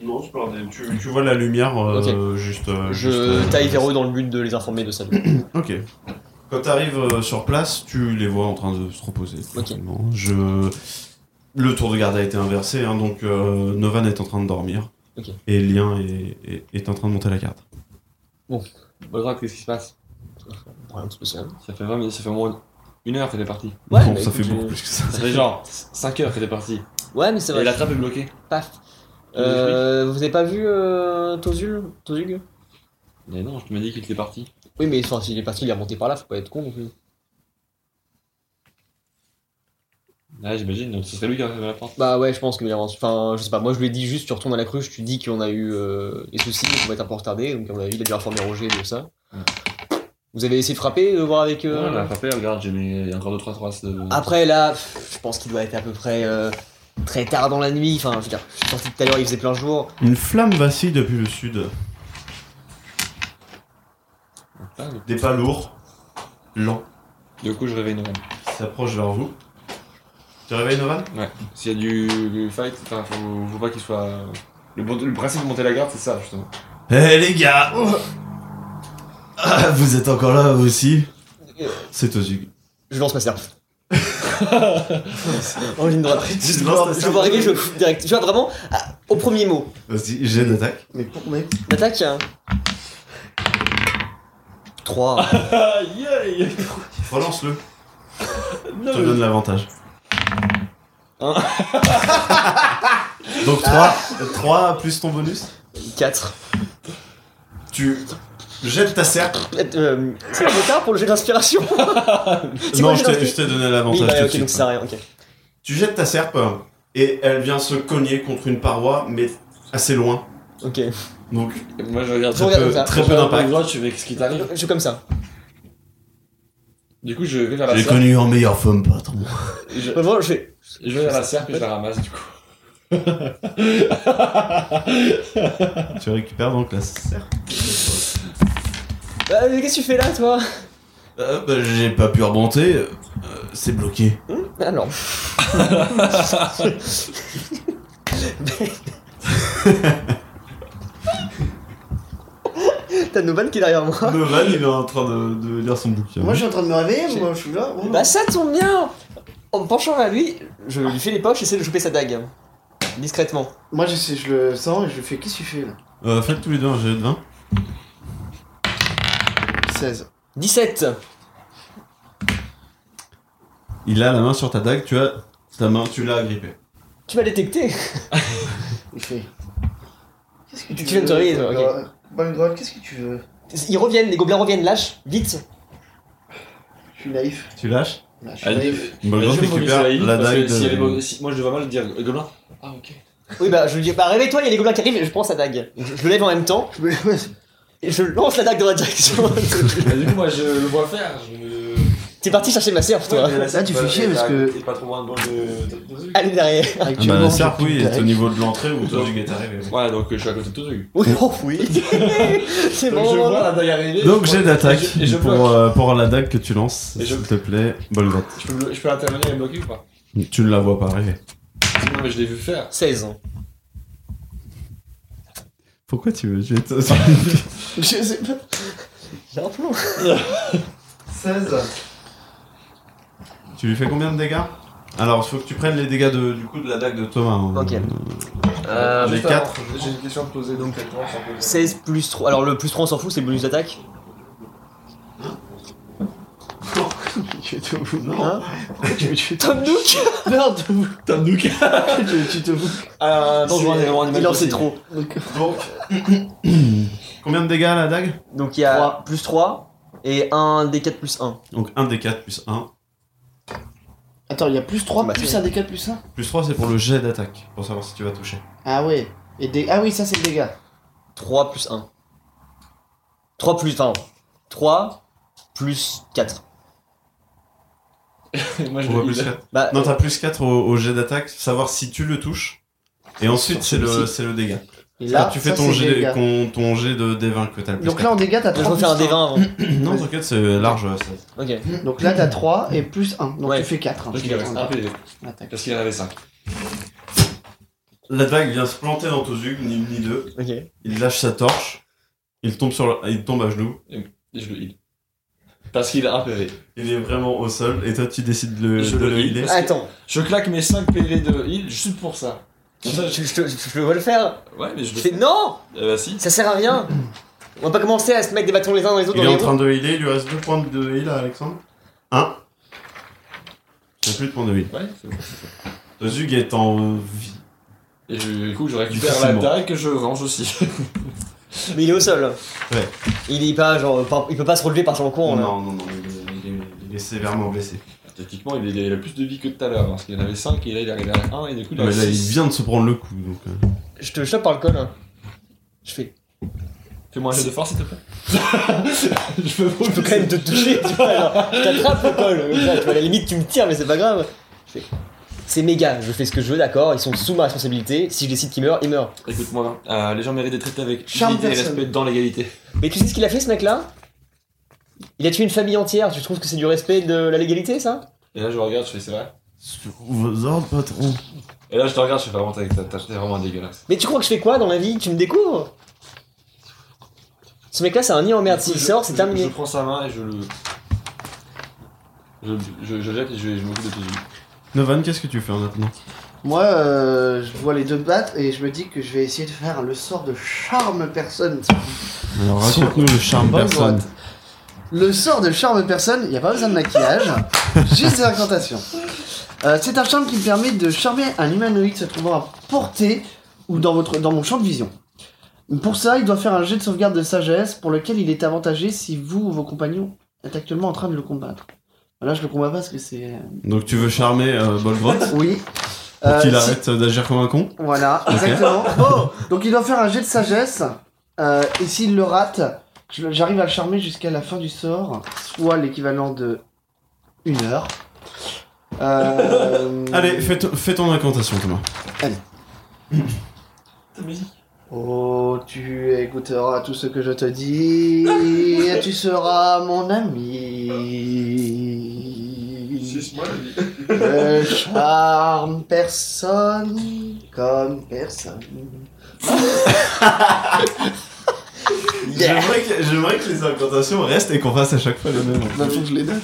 Speaker 1: Non, tu, tu vois la lumière euh, juste. euh, juste,
Speaker 3: Je
Speaker 1: euh,
Speaker 3: taille vers eux dans le but de les informer de ça.
Speaker 1: Ok. Quand tu arrives sur place, tu les vois en train de se reposer. tranquillement. Je... Le tour de garde a été inversé, hein, donc euh, Novan est en train de dormir.
Speaker 3: Ok.
Speaker 1: Et Lien est, est- est en train de monter la carte.
Speaker 2: Bolgrad, qu'est-ce qui se passe
Speaker 3: Rien de spécial.
Speaker 2: Ça fait 20 minutes, ça fait au moins une heure que t'es parti.
Speaker 3: Ouais,
Speaker 1: Bon,
Speaker 3: bah,
Speaker 1: ça
Speaker 3: écoute,
Speaker 1: fait beaucoup
Speaker 3: je-
Speaker 1: plus que ça.
Speaker 2: Ça fait genre 5 heures que t'es parti.
Speaker 3: Ouais, mais c'est vrai.
Speaker 2: Et la trappe est bloquée.
Speaker 3: Paf. Euh, vous avez pas vu euh, Tozul Tozug
Speaker 2: Mais non, je te m'ai dit qu'il était parti.
Speaker 3: euh, Oui, mais enfin, s'il est parti, il est remonté par là, faut pas être con non plus.
Speaker 2: Ouais, Ah, j'imagine, donc ce serait lui qui aurait fermé la porte.
Speaker 3: Bah ouais, je pense qu'il avance. Enfin, je sais pas, moi je lui ai dit juste, tu retournes à la cruche, tu dis qu'on a eu euh, des soucis, qu'on va être un peu retardé, donc à mon avis, il a dû informer Roger de ça.
Speaker 2: Ouais.
Speaker 3: Vous avez essayé de frapper, de voir avec.
Speaker 2: Ouais,
Speaker 3: euh,
Speaker 2: on l'a attrapé, regarde, j'ai mis... il y a encore 2-3 traces de.
Speaker 3: Après là, pff, je pense qu'il doit être à peu près euh, très tard dans la nuit, enfin, je veux dire, je suis sorti tout à l'heure, il faisait plein jour.
Speaker 1: Une flamme vacille depuis le sud.
Speaker 2: Ah, mais-
Speaker 1: Des pas lourds, lents,
Speaker 2: Du coup, je réveille Novan.
Speaker 1: qui s'approchent vers vous. Tu réveilles Novan
Speaker 2: Ouais. S'il y a du, du fight, enfin, faut, faut pas qu'il soit. Le, bon- le principe de monter la garde, c'est ça, justement.
Speaker 1: Eh les gars
Speaker 3: Oh.
Speaker 1: Ah, Vous êtes encore là, vous aussi
Speaker 3: Euh,
Speaker 1: C'est Tozug.
Speaker 3: Je lance ma serpe. en ligne droite.
Speaker 1: Tu
Speaker 3: Je
Speaker 1: lances ta
Speaker 3: je
Speaker 1: serpe.
Speaker 3: vois régler, je fous direct. Tu vois vraiment, à- au premier mot.
Speaker 1: Vas-y, j'ai une attaque.
Speaker 4: Mais pour mais...
Speaker 3: Attaque 3.
Speaker 2: Aïe aïe
Speaker 1: Relance-le. Je te donne l'avantage.
Speaker 3: Un.
Speaker 1: Donc 3, 3 plus ton bonus.
Speaker 3: 4.
Speaker 1: Tu jettes ta serpe.
Speaker 3: Euh, c'est trop tard pour le jeu d'inspiration. C'est quoi
Speaker 1: Non,
Speaker 3: le
Speaker 1: je
Speaker 3: jeu
Speaker 1: t'ai-
Speaker 3: d'inspiration
Speaker 1: je t'ai donné
Speaker 3: Oui,
Speaker 1: l'avantage
Speaker 3: bah,
Speaker 1: tout de
Speaker 3: ok, donc
Speaker 1: suite.
Speaker 3: ça sert à rien. ok.
Speaker 1: Tu jettes ta serpe et elle vient se cogner contre une paroi, mais assez loin.
Speaker 3: Ok.
Speaker 1: Donc
Speaker 2: Moi, je regarde
Speaker 3: Je
Speaker 1: très
Speaker 3: regarde
Speaker 1: peu,
Speaker 3: comme ça.
Speaker 1: très peu
Speaker 2: Je regarde
Speaker 1: d'impact.
Speaker 2: avec Droite, je vais ce qui t'arrive.
Speaker 3: Je suis comme ça.
Speaker 2: Du coup, je vais vers la
Speaker 1: J'ai
Speaker 2: serpe.
Speaker 1: connu en meilleure femme, patron.
Speaker 2: Je,
Speaker 3: Vraiment, Euh, je fais.
Speaker 2: je vais vers la serpe et je la ramasse, du coup.
Speaker 1: Tu récupères donc la serpe.
Speaker 3: Ah, mais Qu'est-ce que tu fais là, toi
Speaker 1: Euh, bah, j'ai pas pu remonter, euh, c'est bloqué.
Speaker 3: Alors. T'as Novan qui est derrière moi.
Speaker 1: Novan, il est en train de, de lire son bouquin.
Speaker 4: Moi je suis en train de me réveiller,
Speaker 3: J'ai-
Speaker 4: moi je suis là. oh.
Speaker 3: Bah, ça tombe bien En me penchant vers lui, je lui fais les poches, j'essaie de choper sa dague. Discrètement.
Speaker 4: Moi je, sais, je le sens et je lui fais qu'est-ce que tu fais là
Speaker 1: Euh, faites tous les deux un jet de 20.
Speaker 4: 16.
Speaker 3: 17
Speaker 1: Il a la main sur ta dague, tu as ta main, tu l'as agrippée.
Speaker 3: Tu m'as détecté
Speaker 4: Il fait. Qu'est-ce que
Speaker 3: Tu viens de te réveiller, toi, ok.
Speaker 4: Gro- Bonne grotte, qu'est-ce que tu veux
Speaker 3: Ils reviennent, les gobelins reviennent, lâche, vite
Speaker 4: Je suis naïf.
Speaker 1: Tu lâches
Speaker 4: Là, je suis
Speaker 2: Allez.
Speaker 4: naïf.
Speaker 1: Bolgrand
Speaker 2: Vas-y, faut que
Speaker 1: Bah, récupère
Speaker 2: ça aille,
Speaker 1: la
Speaker 2: parce que
Speaker 1: dague
Speaker 2: s'il y avait
Speaker 1: de... Ah
Speaker 2: Bol- si- Moi, je vais mal dire Gobelin. Ah, ok.
Speaker 3: Oui, bah, je lui dis, bah, réveille-toi, il y a les gobelins qui arrivent, et je prends sa dague. Je je le lève en même temps,
Speaker 4: Je me-
Speaker 3: et je lance la dague dans la direction.
Speaker 2: Bah, du coup, moi, je le vois faire. Je... me-
Speaker 3: T'es parti chercher ma serve, toi
Speaker 2: Ouais, mais la serpe,
Speaker 4: tu fais chier,
Speaker 2: elle
Speaker 4: parce
Speaker 2: arrive-
Speaker 4: que-
Speaker 2: est pas trop loin de de- de- de- de-
Speaker 3: Allez derrière
Speaker 1: Ah bah,
Speaker 4: Actuellement,
Speaker 1: la serpe,
Speaker 4: j'ai plus
Speaker 1: oui,
Speaker 4: de
Speaker 1: est au
Speaker 4: dague.
Speaker 1: niveau de l'entrée où Tozug est arrivé.
Speaker 2: Ouais, donc euh, je suis à côté de Tozu.
Speaker 3: Oui, oh, oui C'est
Speaker 2: Donc, je
Speaker 3: bon
Speaker 2: vois la dague arriver.
Speaker 1: Donc
Speaker 2: je-
Speaker 1: j'ai d'attaque
Speaker 2: Et je, et je bloque.
Speaker 1: pour, euh, pour la dague que tu lances,
Speaker 2: Et je-
Speaker 1: s'il te plaît, Bolgrand.
Speaker 2: Je peux, blo- je peux intervenir et bloquer ou pas
Speaker 1: Tu ne la vois pas arriver.
Speaker 2: Non, mais je l'ai vu faire.
Speaker 3: 16 ans.
Speaker 1: Pourquoi tu veux jeter
Speaker 4: Je sais pas.
Speaker 3: J'ai un plan.
Speaker 4: 16.
Speaker 1: Tu lui fais combien de dégâts Alors, il faut que tu prennes les dégâts de, du coup de la dague de Thomas. hein.
Speaker 3: Ok.
Speaker 1: Euh,
Speaker 2: Juste
Speaker 1: les
Speaker 2: avant,
Speaker 1: quatre.
Speaker 2: J'ai une question à te poser donc, Alphonse, un peu.
Speaker 3: 16 plus 3. Alors, le plus 3, on s'en fout, c'est le bonus d'attaque.
Speaker 4: Tu te fous.
Speaker 1: Non.
Speaker 4: Hein Pourquoi tu veux tuer
Speaker 3: Tom Nook
Speaker 4: Non, te fous.
Speaker 2: Tom Nook
Speaker 4: Tu- Tu te fous.
Speaker 2: Ah, non, je vois un élément
Speaker 3: Il
Speaker 2: animal.
Speaker 3: en sait
Speaker 2: aussi.
Speaker 3: trop.
Speaker 4: Donc,
Speaker 1: Donc, combien de dégâts la dague
Speaker 3: Donc, il y a
Speaker 4: Trois.
Speaker 3: plus 3 et 1 des 4 plus 1.
Speaker 1: Donc 1 des 4 plus 1.
Speaker 4: Attends, il y a plus 3,
Speaker 3: Bah,
Speaker 4: plus
Speaker 3: c'est-
Speaker 4: 1 des 4, plus 1
Speaker 1: Plus 3, c'est pour le jet d'attaque, pour savoir si tu vas toucher.
Speaker 4: Ah ouais. Et des... Ah oui, ça c'est le dégât.
Speaker 3: 3 plus 1. 3 plus. Enfin, 3 plus 4.
Speaker 2: Moi, je
Speaker 1: Pourquoi
Speaker 2: le
Speaker 1: plus
Speaker 2: heal.
Speaker 1: quatre
Speaker 3: Bah,
Speaker 1: Non, t'as plus 4 au, au jet d'attaque, savoir si tu le touches. Et ensuite, c'est le, c'est le dégât.
Speaker 4: Et
Speaker 1: Là,
Speaker 4: là,
Speaker 1: Ah, tu fais
Speaker 4: ça,
Speaker 1: ton,
Speaker 4: c'est le
Speaker 1: jet,
Speaker 4: dégât.
Speaker 1: con- ton jet de D20 que t'as le plus
Speaker 4: Donc là, en dégât, t'as
Speaker 3: je
Speaker 4: 3.
Speaker 3: refais un
Speaker 4: plus
Speaker 3: D20 avant.
Speaker 1: quatre. Non, t'inquiète, c'est large. ça.
Speaker 3: Ok.
Speaker 4: un. Donc là, t'as 3 et plus 1. Donc
Speaker 3: Ouais.
Speaker 4: tu fais hein. 4.
Speaker 2: Donc, il en reste un PV. Parce qu'il en avait 5.
Speaker 1: La dague vient se planter dans Tozug, ni, ni deux.
Speaker 3: Ok.
Speaker 1: Il lâche sa torche. Il tombe, sur le- il tombe à genoux.
Speaker 2: Et je le heal. Parce qu'il a un PV.
Speaker 1: Il est vraiment au sol. Et toi, tu décides de le,
Speaker 2: Je
Speaker 1: de
Speaker 2: le
Speaker 1: le
Speaker 2: heal.
Speaker 4: Ah,
Speaker 1: healer.
Speaker 3: Attends,
Speaker 2: Je claque mes 5 PV de heal juste pour ça.
Speaker 3: je,
Speaker 2: Comme ça,
Speaker 3: je-
Speaker 2: je-
Speaker 3: je- je- je vois le faire.
Speaker 2: Ouais, mais je
Speaker 3: Je
Speaker 2: le
Speaker 3: fais non,
Speaker 2: Eh bah, si.
Speaker 3: ça sert à rien. On va pas commencer à se mettre des bâtons les uns dans les autres.
Speaker 1: Il est
Speaker 3: dans les
Speaker 1: en train de healer, il lui reste 2 points de heal à Alexandre. 1. J'ai plus de points de heal.
Speaker 2: Ouais, c'est bon.
Speaker 1: Zug est en vie.
Speaker 2: Et je- du coup, je récupère la
Speaker 1: Difficilement.
Speaker 2: dague que je range aussi.
Speaker 3: roues. Mais il est au sol.
Speaker 1: Ouais.
Speaker 3: Il est pas genre, pas- il peut pas se relever par son hein. coin là.
Speaker 1: non, non, il est, il est- il est sévèrement blessé.
Speaker 2: Je Techniquement, il avait plus de vie que tout à l'heure, parce qu'il en avait 5 et là il est arrivé à 1 et du coup il
Speaker 1: Ah, mais
Speaker 2: avait
Speaker 1: là, il
Speaker 2: six.
Speaker 1: vient de se prendre le coup, donc. euh,
Speaker 3: Je te chope par le col. hein. Je fais.
Speaker 2: Fais-moi un jeu de force s'il te plaît. je peux
Speaker 3: Je peux quand même te toucher, tu vois. Genre, je t'attrape le col. comme ça, tu vois, à la limite, tu me tires, mais c'est pas grave. Je fais. C'est méga, je fais ce que je veux, d'accord. Ils sont sous ma responsabilité. Si je décide qu'ils meurent, ils meurent.
Speaker 2: Écoute-moi, euh, les gens méritent d'être traités avec
Speaker 4: Charme
Speaker 2: dignité et
Speaker 4: personne.
Speaker 2: respect dans l'égalité.
Speaker 3: Mais tu sais ce qu'il a fait, ce mec-là Il a tué une famille entière. Tu trouves que c'est du respect de la légalité, ça
Speaker 2: Et là je regarde, je fais c'est vrai.
Speaker 1: Sur vos ordres, patron.
Speaker 2: Et là je te regarde, je fais vraiment t'as- t'as- t'es vraiment dégueulasse.
Speaker 3: Mais tu crois que je fais quoi dans la vie Tu me découvres Ce mec-là, c'est un nid en merde.
Speaker 2: Du coup,
Speaker 3: S'il
Speaker 2: je-
Speaker 3: sort, c'est
Speaker 2: je-
Speaker 3: terminé.
Speaker 2: Je prends sa main et je le. Je, je, je jette et je, je m'occupe de tout.
Speaker 1: Novan, qu'est-ce que tu fais maintenant
Speaker 4: Moi, euh, je vois les deux battre et je me dis que je vais essayer de faire le sort de charme personne.
Speaker 1: Alors
Speaker 4: Sur-
Speaker 1: raconte-nous le charme
Speaker 4: Bonne
Speaker 1: personne.
Speaker 4: droite. Le sort de charme personne, il n'y a pas besoin de maquillage, juste des incantations. Euh, c'est un charme qui me permet de charmer un humanoïde se trouvant à portée ou dans, votre, dans mon champ de vision. Pour ça, il doit faire un jet de sauvegarde de sagesse pour lequel il est avantagé si vous ou vos compagnons êtes actuellement en train de le combattre. Là, je le combats pas parce que c'est.
Speaker 1: Donc tu veux charmer euh, Bolgrot
Speaker 4: Oui.
Speaker 1: pour
Speaker 4: Euh,
Speaker 1: qu'il
Speaker 4: si-
Speaker 1: arrête euh, d'agir comme un con
Speaker 4: Voilà, exactement. Donc il doit faire un jet de sagesse. euh, et s'il le rate, je- j'arrive à le charmer jusqu'à la fin du sort, soit l'équivalent de une heure. Euh,
Speaker 1: Allez, fais, ton- fais ton incantation, Thomas.
Speaker 4: Oh, tu écouteras tout ce que je te dis, et tu seras mon ami.
Speaker 2: moi
Speaker 4: Je charme personne comme personne. Yeah.
Speaker 1: J'aimerais que, j'aimerais que les incantations restent et qu'on fasse à chaque fois les mêmes.
Speaker 4: que je les note.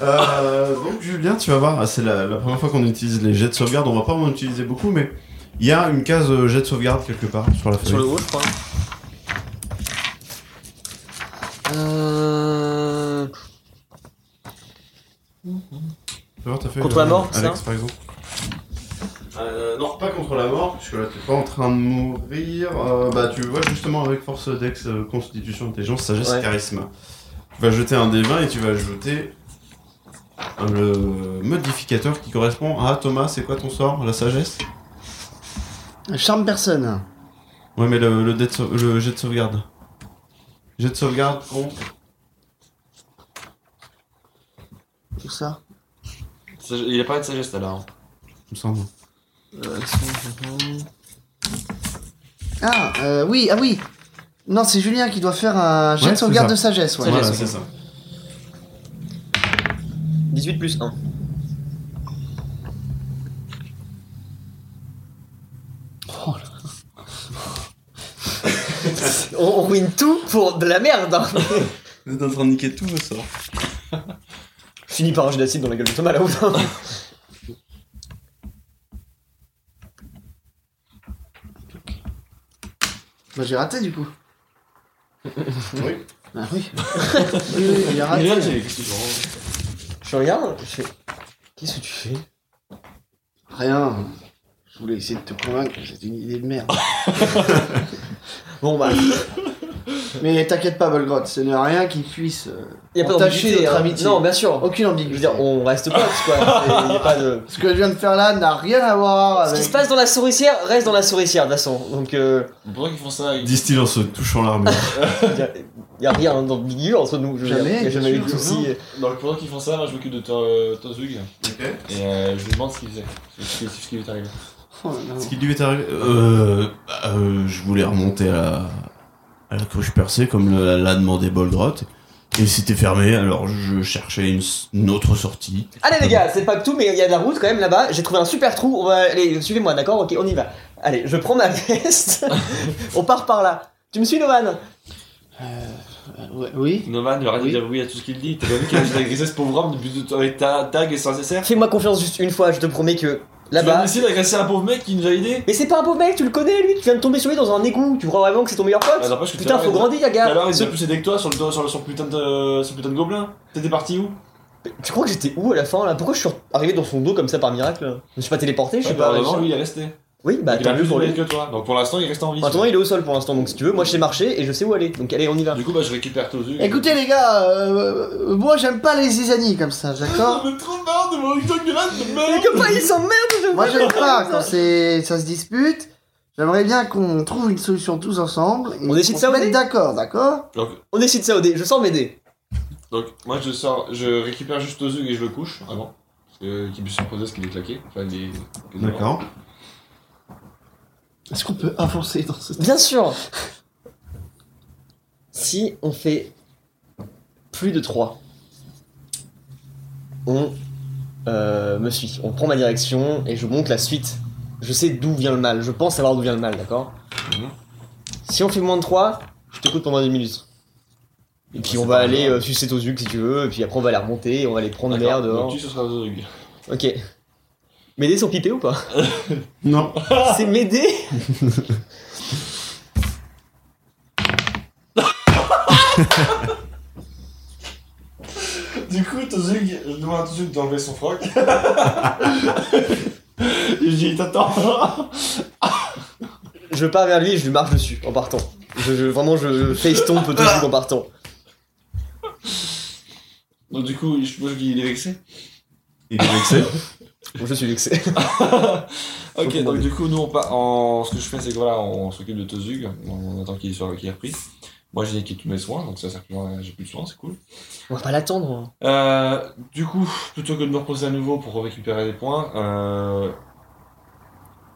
Speaker 1: Euh, donc Julien, tu vas voir, ah, c'est la, la première fois qu'on utilise les jets de sauvegarde, on va pas en utiliser beaucoup, mais il y a une case euh, jet de sauvegarde quelque part sur la feuille.
Speaker 3: Sur le haut, je crois. Euh...
Speaker 1: Tu vois, t'as fait,
Speaker 3: Contre la mort, c'est
Speaker 1: Alex, par exemple. Euh, non, pas contre la mort, puisque là t'es pas en train de mourir. Euh, bah tu vois justement avec force dex, euh, constitution, intelligence, sagesse,
Speaker 3: Ouais.
Speaker 1: charisme. Tu vas jeter un des 20 et tu vas jeter euh, le modificateur qui correspond à Thomas, c'est quoi ton sort La sagesse
Speaker 4: Charme personne.
Speaker 1: Ouais mais le, le, dé de sau- le jet de sauvegarde. Jet de sauvegarde contre...
Speaker 4: Tout ça.
Speaker 2: Il a parlé de sagesse là. Hein.
Speaker 1: il me semble.
Speaker 4: Ah, euh, oui, ah oui. Non, c'est Julien qui doit faire un jet
Speaker 1: Ouais,
Speaker 4: de sauvegarde
Speaker 1: c'est
Speaker 4: de sagesse. Ouais.
Speaker 1: Voilà,
Speaker 3: Sagesse. ok.
Speaker 1: c'est ça.
Speaker 3: 18 plus 1. Oh on, on ruine tout pour de la merde. Hein.
Speaker 1: Vous êtes en train de niquer tous vos sorts.
Speaker 3: Je finis par un jet d'acide dans la gueule de Thomas là-haut.
Speaker 4: Bah, j'ai raté du coup.
Speaker 1: Oui.
Speaker 4: Ah oui. Oui, oui, il a raté.
Speaker 3: Je regarde, je fais. Qu'est-ce que tu fais
Speaker 4: Rien. Je voulais essayer de te convaincre, c'était une idée de merde.
Speaker 3: Bon bah,
Speaker 4: Mais t'inquiète pas, Bolgrot, ce n'est rien qui puisse. euh,
Speaker 3: y a pas
Speaker 4: On tâche
Speaker 3: d'ambiguïté.
Speaker 4: notre
Speaker 3: hein.
Speaker 4: amitié.
Speaker 3: Non, bien sûr.
Speaker 4: aucune
Speaker 3: Je
Speaker 4: ambiguïté.
Speaker 3: veux dire, on reste potes quoi. C'est- Y a pas de.
Speaker 4: Ce que je viens de faire là n'a rien à voir
Speaker 3: Ce
Speaker 4: avec.
Speaker 3: qui se passe dans la souricière reste dans la souricière de toute façon. Donc euh,
Speaker 2: Pourquoi qu'ils font ça avec-
Speaker 1: Disent-ils en se touchant l'armure.
Speaker 3: y, a, y a rien d'ambigu entre nous. Je veux dire,
Speaker 4: Jamais,
Speaker 3: y a jamais eu
Speaker 4: bien
Speaker 3: de
Speaker 4: sûr,
Speaker 3: soucis.
Speaker 2: Dans le pendant qu'ils font ça, moi je m'occupe de Thor- euh, Tozug et euh, je lui demande ce qu'il faisait, ce qui, ce qui lui est arrivé.
Speaker 4: Oh, non.
Speaker 1: Ce qui lui est arrivé. Euh, bah, euh, je voulais remonter à la, à la couche percée comme le- l'a demandé Boldrot. Et c'était fermé, alors je cherchais une, s- une autre sortie.
Speaker 3: Allez les gars, c'est pas tout, mais il y a de la route quand même là-bas. J'ai trouvé un super trou. On va... Allez, suivez-moi, d'accord Ok, on y va. Allez, je prends ma veste. on part par là. Tu me suis, Novan
Speaker 4: Euh, ouais, oui.
Speaker 2: Noman lui aurait dit
Speaker 4: Oui.
Speaker 2: de dire oui à tout ce qu'il dit. T'as pas vu qu'il a juste agressé ce pauvre homme depuis deux- avec ta tag et sans nécessaire
Speaker 3: Fais-moi confiance juste une fois, je te promets que
Speaker 2: Tu
Speaker 3: là-bas.
Speaker 2: viens d'essayer d'agresser un pauvre mec qui nous a aidé
Speaker 3: Mais c'est pas un beau mec, tu le connais lui Tu viens de tomber sur lui dans un égout, tu crois vraiment que c'est ton meilleur pote
Speaker 2: Ah, n'empêche que tout à
Speaker 3: Putain,
Speaker 2: l'heure,
Speaker 3: faut
Speaker 2: il-
Speaker 3: grandir,
Speaker 2: Tout
Speaker 3: gars
Speaker 2: à l'heure, il
Speaker 3: Ce-
Speaker 4: Ah.
Speaker 2: était plus aidé que toi sur, le, sur, le- son, putain de, euh, son putain de gobelin. T'étais parti où
Speaker 3: Tu crois que j'étais où à la fin là Pourquoi je suis arrivé dans son dos comme ça par miracle Je me suis pas téléporté, je sais
Speaker 2: Ouais,
Speaker 3: pas.
Speaker 2: bah,
Speaker 3: je-
Speaker 2: Non, lui il est resté.
Speaker 3: Oui, bah
Speaker 2: il a
Speaker 3: tant mieux
Speaker 2: plus de
Speaker 3: pour lui.
Speaker 2: mètres que toi. Donc pour l'instant, il reste en vie.
Speaker 3: Maintenant, il est au sol pour l'instant, donc si tu veux, moi je sais marcher et je sais où aller. Donc allez, on y va.
Speaker 2: Du coup, bah, je récupère tous yeux.
Speaker 4: Écoutez les gars, euh, euh, moi j'aime pas les zizanies comme ça, d'accord
Speaker 2: Ah,
Speaker 1: me trouve marre de mon dégueulasse de
Speaker 3: Les
Speaker 1: merde
Speaker 3: copains, ils s'emmerdent, je
Speaker 4: Moi j'aime pas quand c'est ça se dispute. J'aimerais bien qu'on trouve une solution tous ensemble. et
Speaker 3: On décide
Speaker 4: qu'on
Speaker 3: ça
Speaker 4: se
Speaker 3: au
Speaker 4: mette
Speaker 3: dé-
Speaker 4: d'accord, d'accord
Speaker 2: Donc,
Speaker 3: On décide ça au dé, je sors m'aider.
Speaker 2: donc, moi, je sors, je récupère juste Tozug et je le couche avant. Parce que qui puisse se reposer parce qu'il est claqué. Enfin, il est- il est-
Speaker 1: D'accord.
Speaker 4: Est-ce qu'on peut avancer dans ce
Speaker 3: Bien sûr Si on fait plus de 3, on euh, me suit. On prend ma direction et je monte la suite. Je sais d'où vient le mal, je pense savoir d'où vient le mal, d'accord
Speaker 2: Mhm.
Speaker 3: Si on fait moins de 3, je t'écoute pendant 10 minutes. Et puis
Speaker 2: C'est
Speaker 3: on va
Speaker 2: pas
Speaker 3: aller
Speaker 2: grave.
Speaker 3: euh, sucer tes yeux si tu veux, et puis après on va les remonter, on va les prendre
Speaker 2: D'accord.
Speaker 3: l'air
Speaker 2: Donc
Speaker 3: dehors.
Speaker 2: tu, ce sera Tozug.
Speaker 3: Ok. Médée sont pipés ou pas
Speaker 1: Non.
Speaker 3: C'est Médée
Speaker 2: Du coup, Tozug, je demande à Tozug d'enlever son froc. Et je dis, t'attends.
Speaker 3: Je pars vers lui et je lui marche dessus en partant. Je, je- vraiment, je face-tombe tout de suite en partant.
Speaker 2: Donc, du coup, je suppose qu'il est vexé.
Speaker 1: Il est vexé.
Speaker 3: Je suis vexé.
Speaker 2: Ok,
Speaker 3: Faut
Speaker 2: donc
Speaker 3: demander.
Speaker 2: du coup, nous, on part en... ce que je fais, c'est que voilà, on s'occupe de Tozug, on attend qu'il soit qu'il ait repris. Moi, j'ai équipé tous mes soins, donc ça sert plus à rien, j'ai plus de soins, c'est cool.
Speaker 3: On va pas l'attendre. hein.
Speaker 2: Euh, du coup, plutôt que de me reposer à nouveau pour récupérer des points, euh,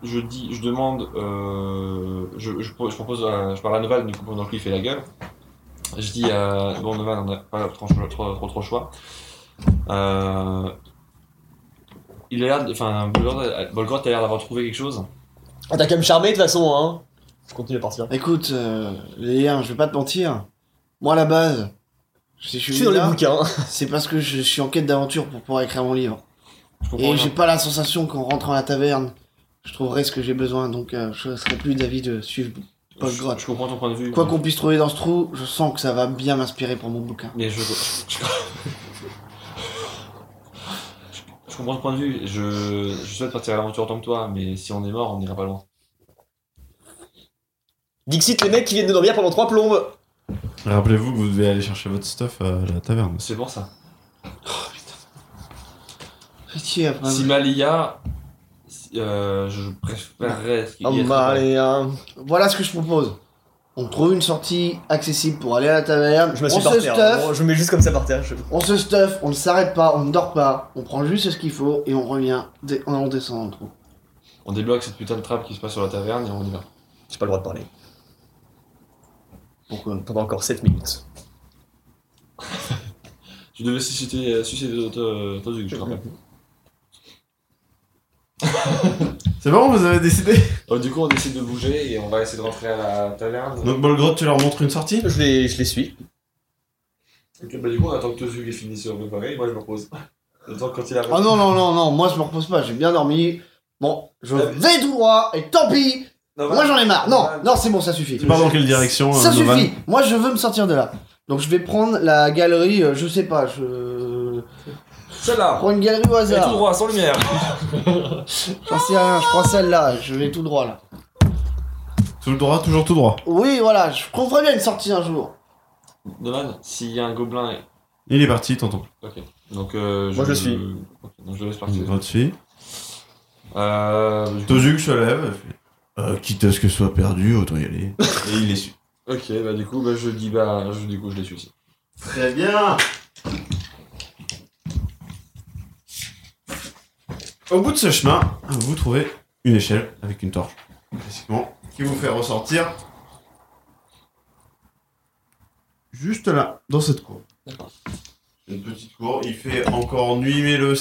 Speaker 2: je dis, je demande, euh, je, je, pro- je propose, à- je parle à Novan, du coup, pendant que lui fait la gueule. Je dis à, bon, Novan, on n'a pas trop, trop, trop, trop le choix. Euh, il a l'air, de- enfin, Bolgrot- Bolgrot a l'air d'avoir trouvé quelque chose.
Speaker 3: Ah, T'as qu'à me charmer de toute façon, hein. Je continue à partir.
Speaker 4: Écoute, euh, les gars, je vais pas te mentir. Moi à la base,
Speaker 3: Je
Speaker 4: si je suis
Speaker 3: suis
Speaker 4: venu
Speaker 3: dans les
Speaker 4: là,
Speaker 3: bouquins.
Speaker 4: c'est parce que je suis en quête d'aventure pour pouvoir écrire mon livre.
Speaker 2: Je comprends
Speaker 4: Et
Speaker 2: rien.
Speaker 4: j'ai pas la sensation qu'en rentrant à la taverne, je trouverai ce que j'ai besoin, donc euh, je serais plus d'avis de suivre. pas
Speaker 2: Je-
Speaker 4: grave.
Speaker 2: Je, comprends ton point de vue.
Speaker 4: Quoi qu'on puisse trouver dans ce trou, je sens que ça va bien m'inspirer pour mon bouquin.
Speaker 2: Mais je. Je, je comprends ton point de vue. Je, je souhaite partir à l'aventure autant que toi, mais si on est mort, on n'ira pas loin.
Speaker 3: Dixit, les mecs qui viennent de dormir pendant trois plombes.
Speaker 1: Rappelez-vous que vous devez aller chercher votre stuff à la taverne.
Speaker 2: C'est pour ça.
Speaker 4: Pitié après.
Speaker 2: Si Malia. si- euh, je préférerais. qu'il y
Speaker 3: Oh,
Speaker 4: Ah,
Speaker 2: ait-
Speaker 3: bah, allez, hein.
Speaker 4: Voilà ce que je propose. On trouve une sortie accessible pour aller à la taverne.
Speaker 3: Je me
Speaker 4: on
Speaker 3: suis hein. par
Speaker 4: se
Speaker 3: terre.
Speaker 4: stuff,
Speaker 3: Bon, je me mets juste comme ça par terre. je-
Speaker 4: on se stuff, on ne s'arrête pas, on ne dort pas, on prend juste ce qu'il faut et on revient, dé- on descend dans le trou.
Speaker 2: On débloque cette putain de trappe qui se passe sur la taverne et on y va.
Speaker 3: J'ai pas le droit de parler.
Speaker 4: Pourquoi
Speaker 3: Pendant encore 7 minutes.
Speaker 2: Tu devais susciter, euh, susciter d'autres euh, d'autres trucs, je te rappelle.
Speaker 1: C'est bon, vous avez décidé
Speaker 2: Donc, du coup, on décide de bouger et on va essayer de rentrer à la taverne.
Speaker 1: Donc Bolgrot, tu leur montres une sortie
Speaker 3: Je les, je les suis.
Speaker 2: Ok, bah, du coup, on attend que Tozug ait fini de se préparer et moi je me repose. Le temps que quand il arrive.
Speaker 4: Oh non, non, non, non, moi je me repose pas, j'ai bien dormi. Bon, je vais tout droit et tant pis,
Speaker 2: Non,
Speaker 4: moi j'en ai marre. Non,
Speaker 2: Voilà.
Speaker 4: non, c'est bon, ça suffit.
Speaker 1: Tu pars dans quelle direction
Speaker 4: Ça
Speaker 1: euh, Novan
Speaker 4: suffit, moi je veux me sortir de là. Donc je vais prendre la galerie, euh, je sais pas, je.
Speaker 2: Celle-là
Speaker 4: Prends une galerie au
Speaker 2: Et tout
Speaker 4: hasard.
Speaker 2: droit, sans lumière
Speaker 4: J'en sais rien, je prends celle-là, je vais tout droit là.
Speaker 1: Tout droit, toujours tout droit.
Speaker 4: Oui, voilà, je comprends bien une sortie un jour.
Speaker 2: Nolan, s'il y a un gobelin.
Speaker 1: Il est parti, t'entends.
Speaker 2: Donc, euh,
Speaker 3: Moi, je le suis.
Speaker 2: Ok, donc je laisse partir.
Speaker 1: Votre fille.
Speaker 2: Euh, du coup-
Speaker 1: Tozuk se lève. fait, Euh, quitte à ce que ce soit perdu, autant y aller. Et il les suit.
Speaker 2: Ok, bah du coup, bah, je dis, bah, je, du coup, je les suis aussi.
Speaker 4: Très bien.
Speaker 1: Au bout de ce chemin, vous trouvez une échelle avec une torche, classiquement, qui vous fait ressortir juste là, dans cette cour.
Speaker 3: D'accord.
Speaker 1: Une petite cour, il fait encore nuit, mais le,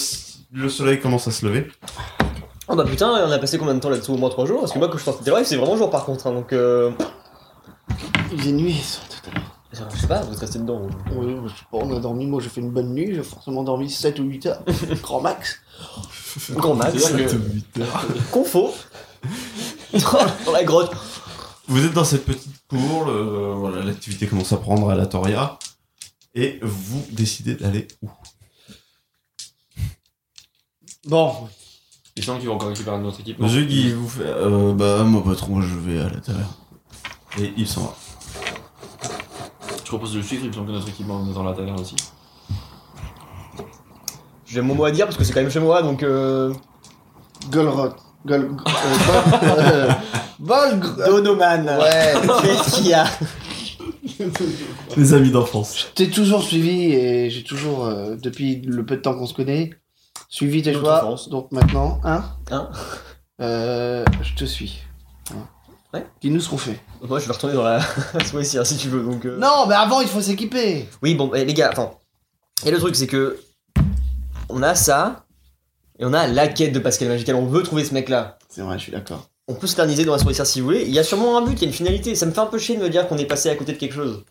Speaker 1: le soleil commence à se lever.
Speaker 3: Oh bah putain, on a passé combien de temps là-dessous Au moins 3 jours Parce que moi, quand je sortais des lives, c'est vraiment jour par contre. hein, donc, euh...
Speaker 4: Il est nuit, ça, tout à l'heure.
Speaker 3: Je sais pas, vous restez dedans. vous.
Speaker 4: Ouais, je sais pas, on a dormi, moi j'ai fait une bonne nuit, j'ai forcément dormi 7 ou 8 heures, grand max.
Speaker 3: Grand max.
Speaker 2: C'est-à-dire que-
Speaker 3: Confo. Dans la grotte.
Speaker 1: Vous êtes dans cette petite cour, le- voilà, l'activité commence à prendre à la Toria, et vous décidez d'aller où
Speaker 4: Bon,
Speaker 2: Il semble qu'ils vont encore récupérer notre équipe.
Speaker 1: Zug, il vous fait. Euh, bah, mon patron, je vais à la taverne. Et il s'en va.
Speaker 2: Je propose de le suivre, il me semble que notre équipe en est dans la taverne aussi.
Speaker 3: J'ai mon mot à dire parce que c'est quand même chez moi, donc euh...
Speaker 4: Golrot. Gol. euh, Bol- euh, Bolgr-
Speaker 3: Donoman Ouais, qu'est-ce qu'il y a
Speaker 1: Les amis d'enfance.
Speaker 4: T'es toujours suivi et j'ai toujours, euh, depuis le peu de temps qu'on se connaît, suivi tes
Speaker 3: Notre
Speaker 4: choix.
Speaker 3: enfance.
Speaker 4: Donc maintenant, hein
Speaker 3: Hein
Speaker 4: Euh, je te suis. Hein.
Speaker 3: Ouais.
Speaker 4: Dis-nous ce qu'on fait.
Speaker 3: Moi je vais retourner dans la soirée hein, si tu veux, donc... euh,
Speaker 4: Non, mais avant, il faut s'équiper.
Speaker 3: Oui, bon, eh, les gars, enfin... Et le truc c'est que... On a ça, et on a la quête de Pascal Magical, on veut trouver ce mec-là.
Speaker 4: C'est vrai, je suis d'accord.
Speaker 3: on peut s'éterniser dans la soirée si vous voulez. Il y a sûrement un but, il y a une finalité. Ça me fait un peu chier de me dire qu'on est passé à côté de quelque chose.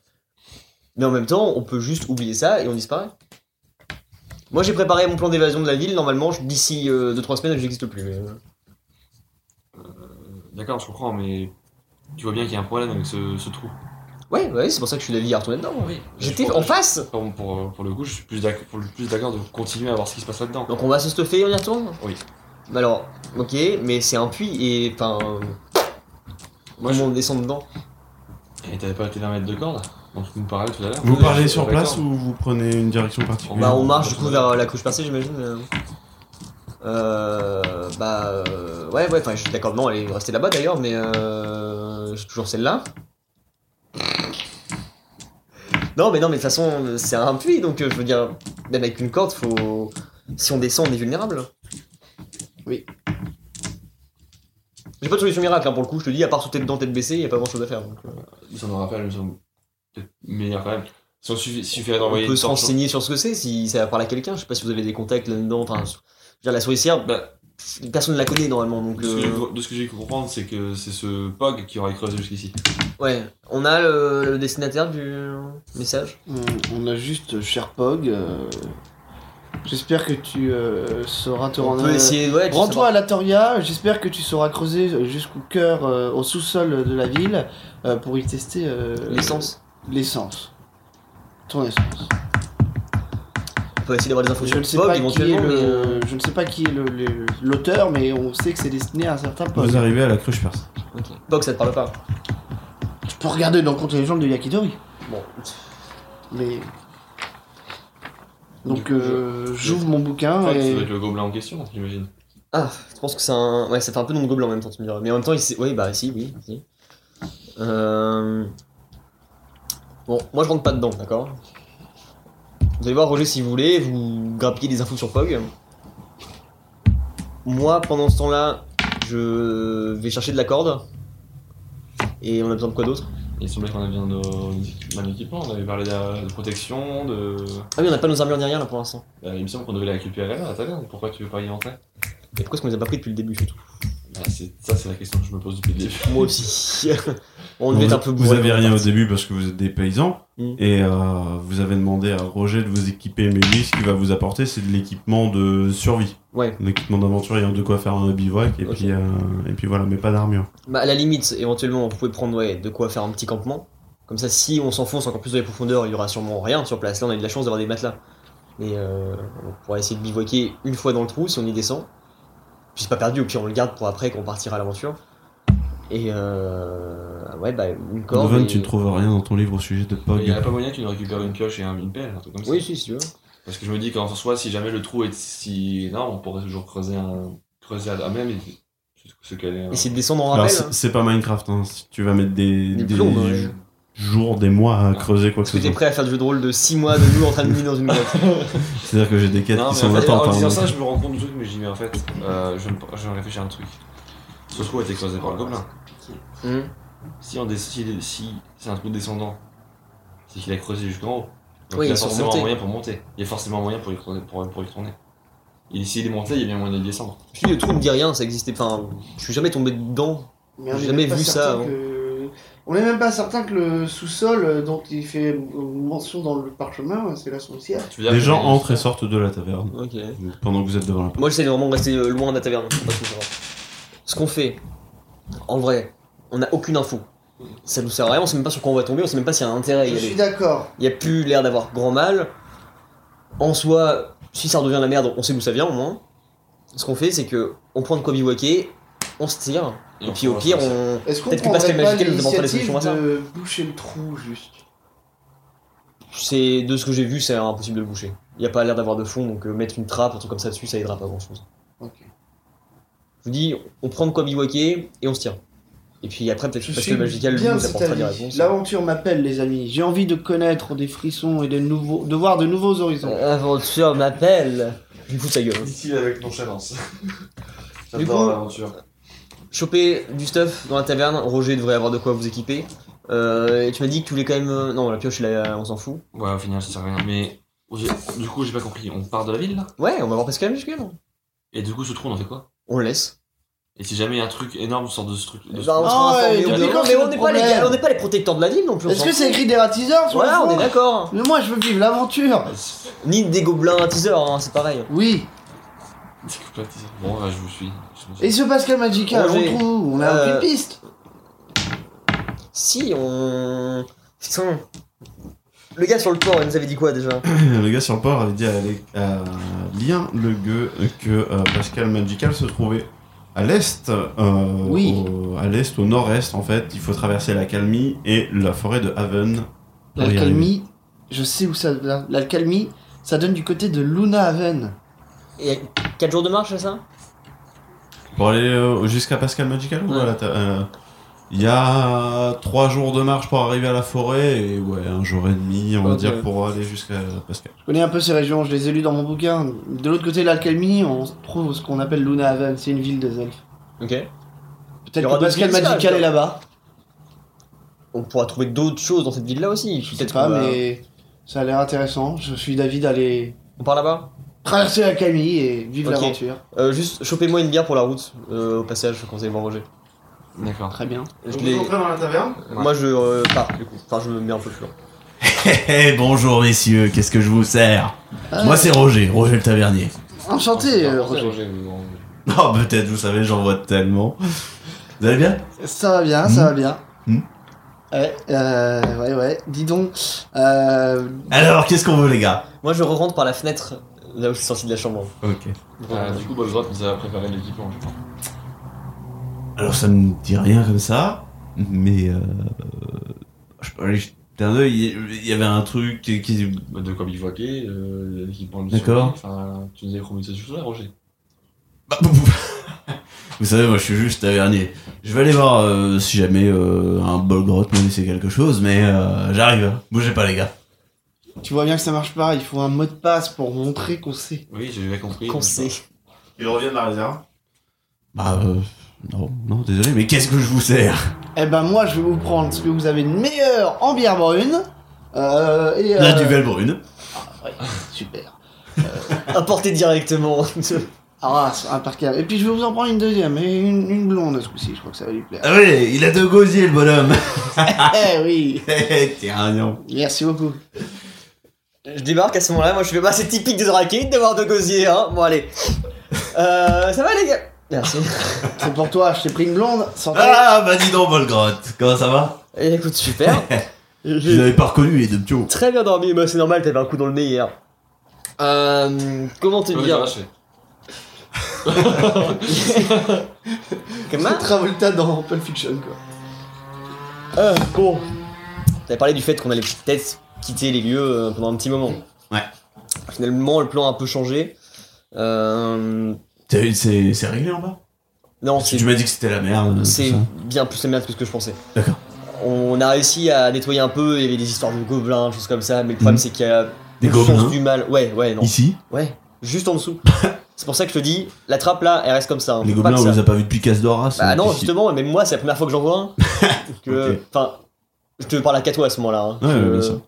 Speaker 3: Mais en même temps, on peut juste oublier ça et on disparaît. Moi j'ai préparé mon plan d'évasion de la ville. Normalement, je- d'ici 2-3 semaines, je n'existe plus. mais, euh,
Speaker 2: D'accord, je comprends, mais tu vois bien qu'il y a un problème avec ce, ce trou.
Speaker 3: Ouais, ouais, c'est pour ça que je suis d'avis à retourner dedans.
Speaker 2: Oui.
Speaker 3: J'étais en face
Speaker 2: Pour, euh, pour, pour le coup, je suis plus d'ac- pour le plus d'accord de continuer à voir ce qui se passe là-dedans.
Speaker 3: Donc on va se stuffer et on y retourne
Speaker 2: Oui.
Speaker 3: Bah Alors, ok, mais c'est un puits et enfin. Moi,
Speaker 2: Moi, je-
Speaker 3: je... on descend dedans.
Speaker 2: Et t'avais pas été d'un mètre de corde dont tu nous parlais tout à l'heure
Speaker 1: Vous
Speaker 2: Ouais,
Speaker 1: parlez
Speaker 2: je-
Speaker 1: sur
Speaker 2: ouais,
Speaker 1: place
Speaker 2: d'accord.
Speaker 1: ou vous prenez une direction particulière
Speaker 3: Bah on marche du coup vers la couche percée j'imagine. euh. Euh, bah euh, ouais ouais enfin je suis d'accord non elle est restée là-bas d'ailleurs mais euh, j'ai toujours celle-là. Non mais non mais de toute façon c'est un puits donc euh, je veux dire même avec une corde faut si on descend on est vulnérable.
Speaker 4: Oui.
Speaker 3: J'ai pas de solution miracle hein, pour le coup je te dis à part sauter dedans tête baissée y a pas grand chose à faire donc euh,
Speaker 2: Ça nous rappelle, il me semble. Peut-être meilleur quand même. Si on suffi- suffirait
Speaker 3: on
Speaker 2: d'envoyer
Speaker 3: peut
Speaker 2: une
Speaker 3: se
Speaker 2: torche-
Speaker 3: renseigner sur ce que c'est si ça parle à quelqu'un je sais pas si vous avez des contacts là-dedans enfin je veux dire la souricière
Speaker 2: Bah,
Speaker 3: Personne ne la connaît normalement, donc.
Speaker 2: De ce que
Speaker 3: euh,
Speaker 2: j'ai- de ce que j'ai pu comprendre, c'est que c'est ce Pog qui aurait creusé jusqu'ici.
Speaker 3: Ouais, on a le, le destinataire du message.
Speaker 4: On, on a juste euh, cher Pog. euh, J'espère que tu euh, sauras te
Speaker 3: on
Speaker 4: rendre.
Speaker 3: peut essayer. Ouais, de
Speaker 4: Rends-toi
Speaker 3: savoir.
Speaker 4: à la Toria. J'espère que tu sauras creuser jusqu'au cœur, euh, au sous-sol de la ville, euh, pour y tester euh,
Speaker 3: l'essence.
Speaker 4: L'essence. Ton essence.
Speaker 3: On peut essayer d'avoir des infos
Speaker 4: Je ne sais
Speaker 3: sur Bob
Speaker 4: pas qui est
Speaker 3: éventuellement. mais,
Speaker 4: le-
Speaker 3: euh,
Speaker 4: je ne sais pas qui est le- le- l'auteur, mais on sait que c'est destiné à un certain Pog.
Speaker 1: Vous arrivez à la cruche percée.
Speaker 3: ok. Bob, ça te parle pas.
Speaker 4: Tu peux regarder dans Contre les gens de Yakitori.
Speaker 3: Bon,
Speaker 4: Mais.
Speaker 2: Du
Speaker 4: Donc
Speaker 2: coup,
Speaker 4: euh, j'ouvre mon bouquin
Speaker 2: Pog, ça
Speaker 4: Ah, et.
Speaker 2: doit être le gobelin en question, j'imagine.
Speaker 3: Ah, je pense que c'est un. Ouais, ça fait un peu nom de gobelin en même temps, tu me diras. Mais en même temps, il sait. Oui, bah si, oui. si. Euh... Bon, moi je rentre pas dedans, d'accord Vous allez voir Roger si vous voulez, vous grappillez des infos sur Pog. Moi, pendant ce temps-là, je vais chercher de la corde. Et on a besoin de quoi d'autre
Speaker 2: Il semblait qu'on avait besoin de- d'un équipement, on avait parlé de, de protection, de.
Speaker 3: Ah oui, on n'a pas nos armures ni rien là pour l'instant.
Speaker 2: Bah, il me semble qu'on devait les récupérer à la taverne, pourquoi tu veux pas y rentrer
Speaker 3: Et pourquoi est-ce qu'on les a pas pris depuis le début surtout
Speaker 2: Bah, c'est- Ça, c'est la question que je me pose depuis le début.
Speaker 3: Moi aussi. on
Speaker 1: vous,
Speaker 3: devait être un peu
Speaker 1: vous
Speaker 3: bourrés
Speaker 1: avez
Speaker 3: quand on est
Speaker 1: rien au
Speaker 3: parti.
Speaker 1: début parce que vous êtes des paysans.
Speaker 3: Mm.
Speaker 1: Et euh, vous avez demandé à Roger de vous équiper, mais lui, ce qu'il va vous apporter, c'est de l'équipement de survie.
Speaker 3: Ouais.
Speaker 1: L'équipement d'aventurier, hein, de quoi faire un bivouac, et,
Speaker 3: Ok.
Speaker 1: puis, euh, et puis voilà, mais pas d'armure.
Speaker 3: Bah, à la limite, éventuellement, vous pouvez prendre ouais, de quoi faire un petit campement. Comme ça, si on s'enfonce encore plus dans les profondeurs, il y aura sûrement rien sur place. Là, on a eu de la chance d'avoir des matelas. Mais euh, on pourra essayer de bivouaquer une fois dans le trou si on y descend. Puis c'est pas perdu, au pire, on le garde pour après qu'on partira à l'aventure. Et euh, ouais, bah, une corde.
Speaker 1: Donovan,
Speaker 3: et-
Speaker 1: tu ne trouves rien dans ton livre au sujet de Pog.
Speaker 2: Il n'y a pas moyen que tu nous récupères une pioche et un- une pelle, un truc comme ça.
Speaker 3: Oui, si, si tu veux.
Speaker 2: Parce que je me dis qu'en soi, si jamais le trou est si énorme, on pourrait toujours creuser un. creuser à la même et se caler. un-
Speaker 3: Essayer de descendre en
Speaker 1: Alors,
Speaker 3: rappel.
Speaker 1: c'est c'est pas Minecraft, hein. Si tu vas mettre des,
Speaker 3: Des
Speaker 1: des
Speaker 3: plombes, ouais.
Speaker 1: jours, des mois à creuser quoi que
Speaker 3: Est-ce que
Speaker 1: ce
Speaker 3: t'es
Speaker 1: soit.
Speaker 3: prêt à faire du jeu de rôle de 6 mois de nous en train de miner dans une grotte
Speaker 1: C'est-à-dire que j'ai des quêtes
Speaker 2: Non,
Speaker 1: qui
Speaker 2: mais
Speaker 1: sont en
Speaker 2: en, fait,
Speaker 1: attente.
Speaker 2: en
Speaker 1: hein,
Speaker 2: disant
Speaker 1: donc.
Speaker 2: ça, je me rends compte du truc, mais je dis, mais en fait, euh, je, me- je réfléchis à un truc. Ce trou a été creusé par le gobelin.
Speaker 3: Hmm.
Speaker 2: Si, on décide, si c'est un trou descendant, c'est qu'il a creusé jusqu'en haut. Donc
Speaker 3: Oui,
Speaker 2: il y a
Speaker 3: ils sont
Speaker 2: forcément un
Speaker 3: remontés.
Speaker 2: moyen pour monter. Il y a forcément un moyen pour y, tourner- pour, pour y tourner. Et s'il est monté, il y a bien moyen de descendre.
Speaker 3: Je dis, le trou me dit rien, ça existait. Enfin, je suis jamais tombé dedans.
Speaker 4: Mais on
Speaker 3: J'ai
Speaker 4: est
Speaker 3: jamais
Speaker 4: même pas
Speaker 3: vu ça
Speaker 4: certain
Speaker 3: avant.
Speaker 4: que- On n'est même pas certain que le sous-sol euh, dont il fait mention dans le parchemin, c'est la sourcière.
Speaker 2: Tu veux dire
Speaker 1: Les
Speaker 2: que-
Speaker 1: gens entrent et sortent de la taverne
Speaker 3: Ok.
Speaker 1: pendant que vous êtes devant la porte.
Speaker 3: Moi j'essaie de vraiment rester euh, loin de la taverne. faut pas tout savoir. Ce qu'on fait, en vrai, on n'a aucune info. Ça nous sert à rien, on sait même pas sur quoi on va tomber, on sait même pas s'il y a un intérêt à Ah, y
Speaker 4: Je
Speaker 3: aller.
Speaker 4: suis d'accord.
Speaker 3: Il y a plus l'air d'avoir grand mal. En soi, si ça redevient la merde, on sait d'où ça vient au moins. ce qu'on fait, c'est que on prend de quoi bivouaquer, on se tire, et, puis au pire, on.
Speaker 4: Est-ce qu'on
Speaker 3: Peut-être que Pascal
Speaker 4: prendrait pas
Speaker 3: Magical nous demande pas les
Speaker 4: l'initiative
Speaker 3: solutions à ça.
Speaker 4: de boucher le trou, juste
Speaker 3: C'est de ce que j'ai vu, c'est impossible de le boucher. Il n'y a pas l'air d'avoir de fond, donc euh, mettre une trappe, un truc comme ça dessus, ça aidera pas grand chose.
Speaker 4: Ok.
Speaker 3: Je vous dis, on prend de quoi bivouaquer et on se tire. Et puis après, peut-être
Speaker 4: Je
Speaker 3: que
Speaker 4: suis
Speaker 3: Pascal Magical
Speaker 4: bien
Speaker 3: nous
Speaker 4: cet
Speaker 3: apportera des
Speaker 4: avis.
Speaker 3: réponses.
Speaker 4: L'aventure m'appelle, les amis. J'ai envie de connaître des frissons et de, nouveaux, de voir de nouveaux horizons.
Speaker 3: Aventure m'appelle Du coup, sa gueule.
Speaker 2: Dit-il avec nonchalance.
Speaker 3: Du
Speaker 2: J'adore
Speaker 3: coup-
Speaker 2: l'aventure.
Speaker 3: Choper du stuff dans la taverne, Roger devrait avoir de quoi vous équiper. Euh, et tu m'as dit que tu voulais quand même. euh, Non, la pioche, là, on s'en fout.
Speaker 2: Ouais, au final, ça sert à rien. Mais j'ai- du coup, j'ai pas compris. On part de la ville là
Speaker 3: Ouais, on va voir Pascal Magical.
Speaker 2: Et du coup, ce trou, on en fait quoi
Speaker 3: On le laisse.
Speaker 2: Et si jamais il y a un truc énorme sort de ce truc. de ce-
Speaker 3: Genre, Bah, on se
Speaker 4: Ah
Speaker 3: fera
Speaker 4: ouais,
Speaker 3: informer,
Speaker 4: et
Speaker 3: on
Speaker 2: puis
Speaker 3: dit,
Speaker 4: quand
Speaker 3: non,
Speaker 4: c'est
Speaker 3: mais on
Speaker 4: le
Speaker 3: n'est pas, les
Speaker 4: problème.
Speaker 3: gars- on n'est pas les protecteurs de la ville non plus. on
Speaker 4: Est-ce
Speaker 3: s'en
Speaker 4: que
Speaker 3: fout.
Speaker 4: c'est écrit des ratiseurs sur
Speaker 3: Voilà,
Speaker 4: le hein
Speaker 3: on
Speaker 4: front
Speaker 3: est d'accord. hein.
Speaker 4: Mais moi, je veux vivre l'aventure
Speaker 3: Ni des gobelins à teaser, hein, c'est pareil.
Speaker 4: Oui
Speaker 2: C'est que pas de- Bon, ouais, je vous suis. Je-
Speaker 4: Et ce Pascal Magical, on
Speaker 3: Roger,
Speaker 4: trouve, on a
Speaker 3: euh,
Speaker 4: aucune piste
Speaker 3: Si, on. Putain. Le gars sur le port, il nous avait dit quoi déjà
Speaker 1: Le gars sur le port avait dit à, Alec- à Lien Le Gueux que euh, Pascal Magical se trouvait à l'est, euh,
Speaker 4: Oui.
Speaker 1: au- à l'est, au nord-est en fait. Il faut traverser la Calmie et la forêt de Haven. pour y arriver.
Speaker 4: L'alcalmie, je sais où ça... la- L'alcalmie, ça donne du côté de Luna Haven.
Speaker 3: Il y a 4 jours de marche, c'est ça
Speaker 1: Pour aller euh, jusqu'à Pascal Magical ou à
Speaker 3: Ouais.
Speaker 1: la ta- euh, Il y a trois jours de marche pour arriver à la forêt et ouais, un jour et demi, on va
Speaker 3: Ok.
Speaker 1: dire, pour aller jusqu'à Pascal.
Speaker 4: Je connais un peu ces régions, je les ai lues dans mon bouquin. De l'autre côté de l'alcalmie, on trouve ce qu'on appelle Luna Haven, c'est une ville des elfes.
Speaker 3: Ok. Il y
Speaker 4: Peut-être
Speaker 3: aura
Speaker 4: que Pascal
Speaker 3: d'autres villes, ça,
Speaker 4: Magical est
Speaker 3: je-
Speaker 4: là-bas.
Speaker 3: On pourra trouver d'autres choses dans cette ville là aussi.
Speaker 4: Je sais
Speaker 3: Peut-être
Speaker 4: pas,
Speaker 3: qu'on va-
Speaker 4: mais ça a l'air intéressant. Je suis d'avis d'aller
Speaker 3: On part là-bas
Speaker 4: traverser la Camille et vivre
Speaker 3: Ok.
Speaker 4: l'aventure.
Speaker 3: Euh, Juste, chopez-moi une bière pour la route, euh, au passage, quand vous allez voir Roger.
Speaker 2: D'accord.
Speaker 4: Très bien.
Speaker 3: Je l'ai-
Speaker 1: dans la taverne
Speaker 3: Moi je euh, pars du coup. Enfin, je me mets un peu plus loin.
Speaker 1: bonjour messieurs, qu'est-ce que je vous sers
Speaker 3: Euh.
Speaker 4: Ah,
Speaker 1: Moi c'est Roger, Roger le tavernier.
Speaker 4: Enchanté,
Speaker 3: Ah,
Speaker 4: euh, Roger.
Speaker 1: Oh, peut-être, vous savez, j'en vois tellement. Vous allez bien
Speaker 4: Ça va bien, ça
Speaker 1: Hmm.
Speaker 4: va bien.
Speaker 1: Hmm.
Speaker 4: Ouais, euh, ouais, ouais. Dis donc, euh,
Speaker 1: Alors, qu'est-ce qu'on veut, les gars
Speaker 3: Moi je rentre par la fenêtre là où je suis sorti de la chambre.
Speaker 1: Ok.
Speaker 2: Euh, du coup, Bolzot nous a préparé l'équipement, je crois.
Speaker 1: Alors, ça ne dit rien comme ça, mais. Euh, je peux aller jeter un œil, il y- il y avait un truc qui. qui-
Speaker 2: Bah, De quoi bivouaquer, euh, l'équipement de
Speaker 1: D'accord.
Speaker 2: survie, Enfin, tu nous avais promis ces choses-là, Roger.
Speaker 1: Bah, boum, boum. vous savez, moi, je suis juste tavernier. Je vais aller voir euh, si jamais euh, un Bolgroth m'a laissé quelque chose, mais euh, j'arrive. hein. Bougez pas, les gars.
Speaker 4: tu vois bien que ça marche pas. Il faut un mot de passe pour montrer qu'on sait.
Speaker 2: Oui, j'ai bien compris.
Speaker 3: Qu'on sait.
Speaker 1: Il revient de la réserve Bah, euh, non, non, désolé, mais qu'est-ce que je vous sers
Speaker 4: Eh ben moi, je vais vous prendre ce que vous avez de meilleur en bière brune. Euh, et
Speaker 1: La
Speaker 4: euh,
Speaker 1: duvel brune.
Speaker 4: ouais, super.
Speaker 3: Apporter directement.
Speaker 4: Ah, c'est imparquable. Et puis je vais vous en prendre une deuxième et une, une blonde ce coup-ci. Je crois que ça va lui plaire.
Speaker 1: Ah oui, il a deux gosiers, le bonhomme. Ah.
Speaker 4: eh oui,
Speaker 1: T'es un
Speaker 4: merci beaucoup.
Speaker 3: je débarque à ce moment là, moi je fais bah c'est typique des draquets d'avoir de gosier hein. Bon allez. Euh, ça va les gars Merci.
Speaker 4: C'est pour toi. Je t'ai pris une blonde. Sans
Speaker 1: Ah bah dis donc Volgrotte, comment ça va
Speaker 3: Et Eh, écoute super.
Speaker 1: Je
Speaker 3: Ah, J'ai
Speaker 1: n'avais pas reconnu les deux ptios.
Speaker 3: très bien dormi, bah c'est normal, t'avais un coup dans le nez hier. Euh, comment te
Speaker 1: Ah,
Speaker 2: Oui,
Speaker 3: dire
Speaker 2: j'ai
Speaker 3: Comment
Speaker 4: Travolta dans Pulp Fiction quoi.
Speaker 3: Euh, bon. T'avais parlé du fait qu'on allait peut-être quitter les lieux euh, pendant un petit moment.
Speaker 1: Ouais.
Speaker 3: Finalement, le plan a un peu changé. Euh,
Speaker 1: T'as eu- C'est c'est réglé en bas
Speaker 3: Non,
Speaker 1: Parce que
Speaker 3: c'est
Speaker 1: tu m'as dit que c'était la merde. euh, tout
Speaker 3: c'est
Speaker 1: ça.
Speaker 3: bien plus la merde que ce que je pensais.
Speaker 1: D'accord.
Speaker 3: On a réussi à nettoyer un peu, il y avait des histoires de gobelins, des choses comme ça, mais le problème
Speaker 1: Mhm.
Speaker 3: c'est qu'il y a
Speaker 1: Des
Speaker 3: une source
Speaker 1: gobelins
Speaker 3: du mal. Ouais, ouais, non.
Speaker 1: Ici,
Speaker 3: Ouais, juste en dessous. c'est pour ça que je te dis, la trappe là, elle reste comme ça. hein.
Speaker 1: les
Speaker 3: Faut pas
Speaker 1: gobelins,
Speaker 3: que
Speaker 1: on
Speaker 3: ça-
Speaker 1: les a pas vus depuis casse d'Horace.
Speaker 3: Bah non,
Speaker 1: Ici.
Speaker 3: justement, mais moi, c'est la première fois que j'en vois un. que,
Speaker 1: Ok.
Speaker 3: enfin, je te parle à qu'à toi à ce moment-là. hein.
Speaker 1: Ouais, ouais,
Speaker 3: Que-
Speaker 1: bien sûr.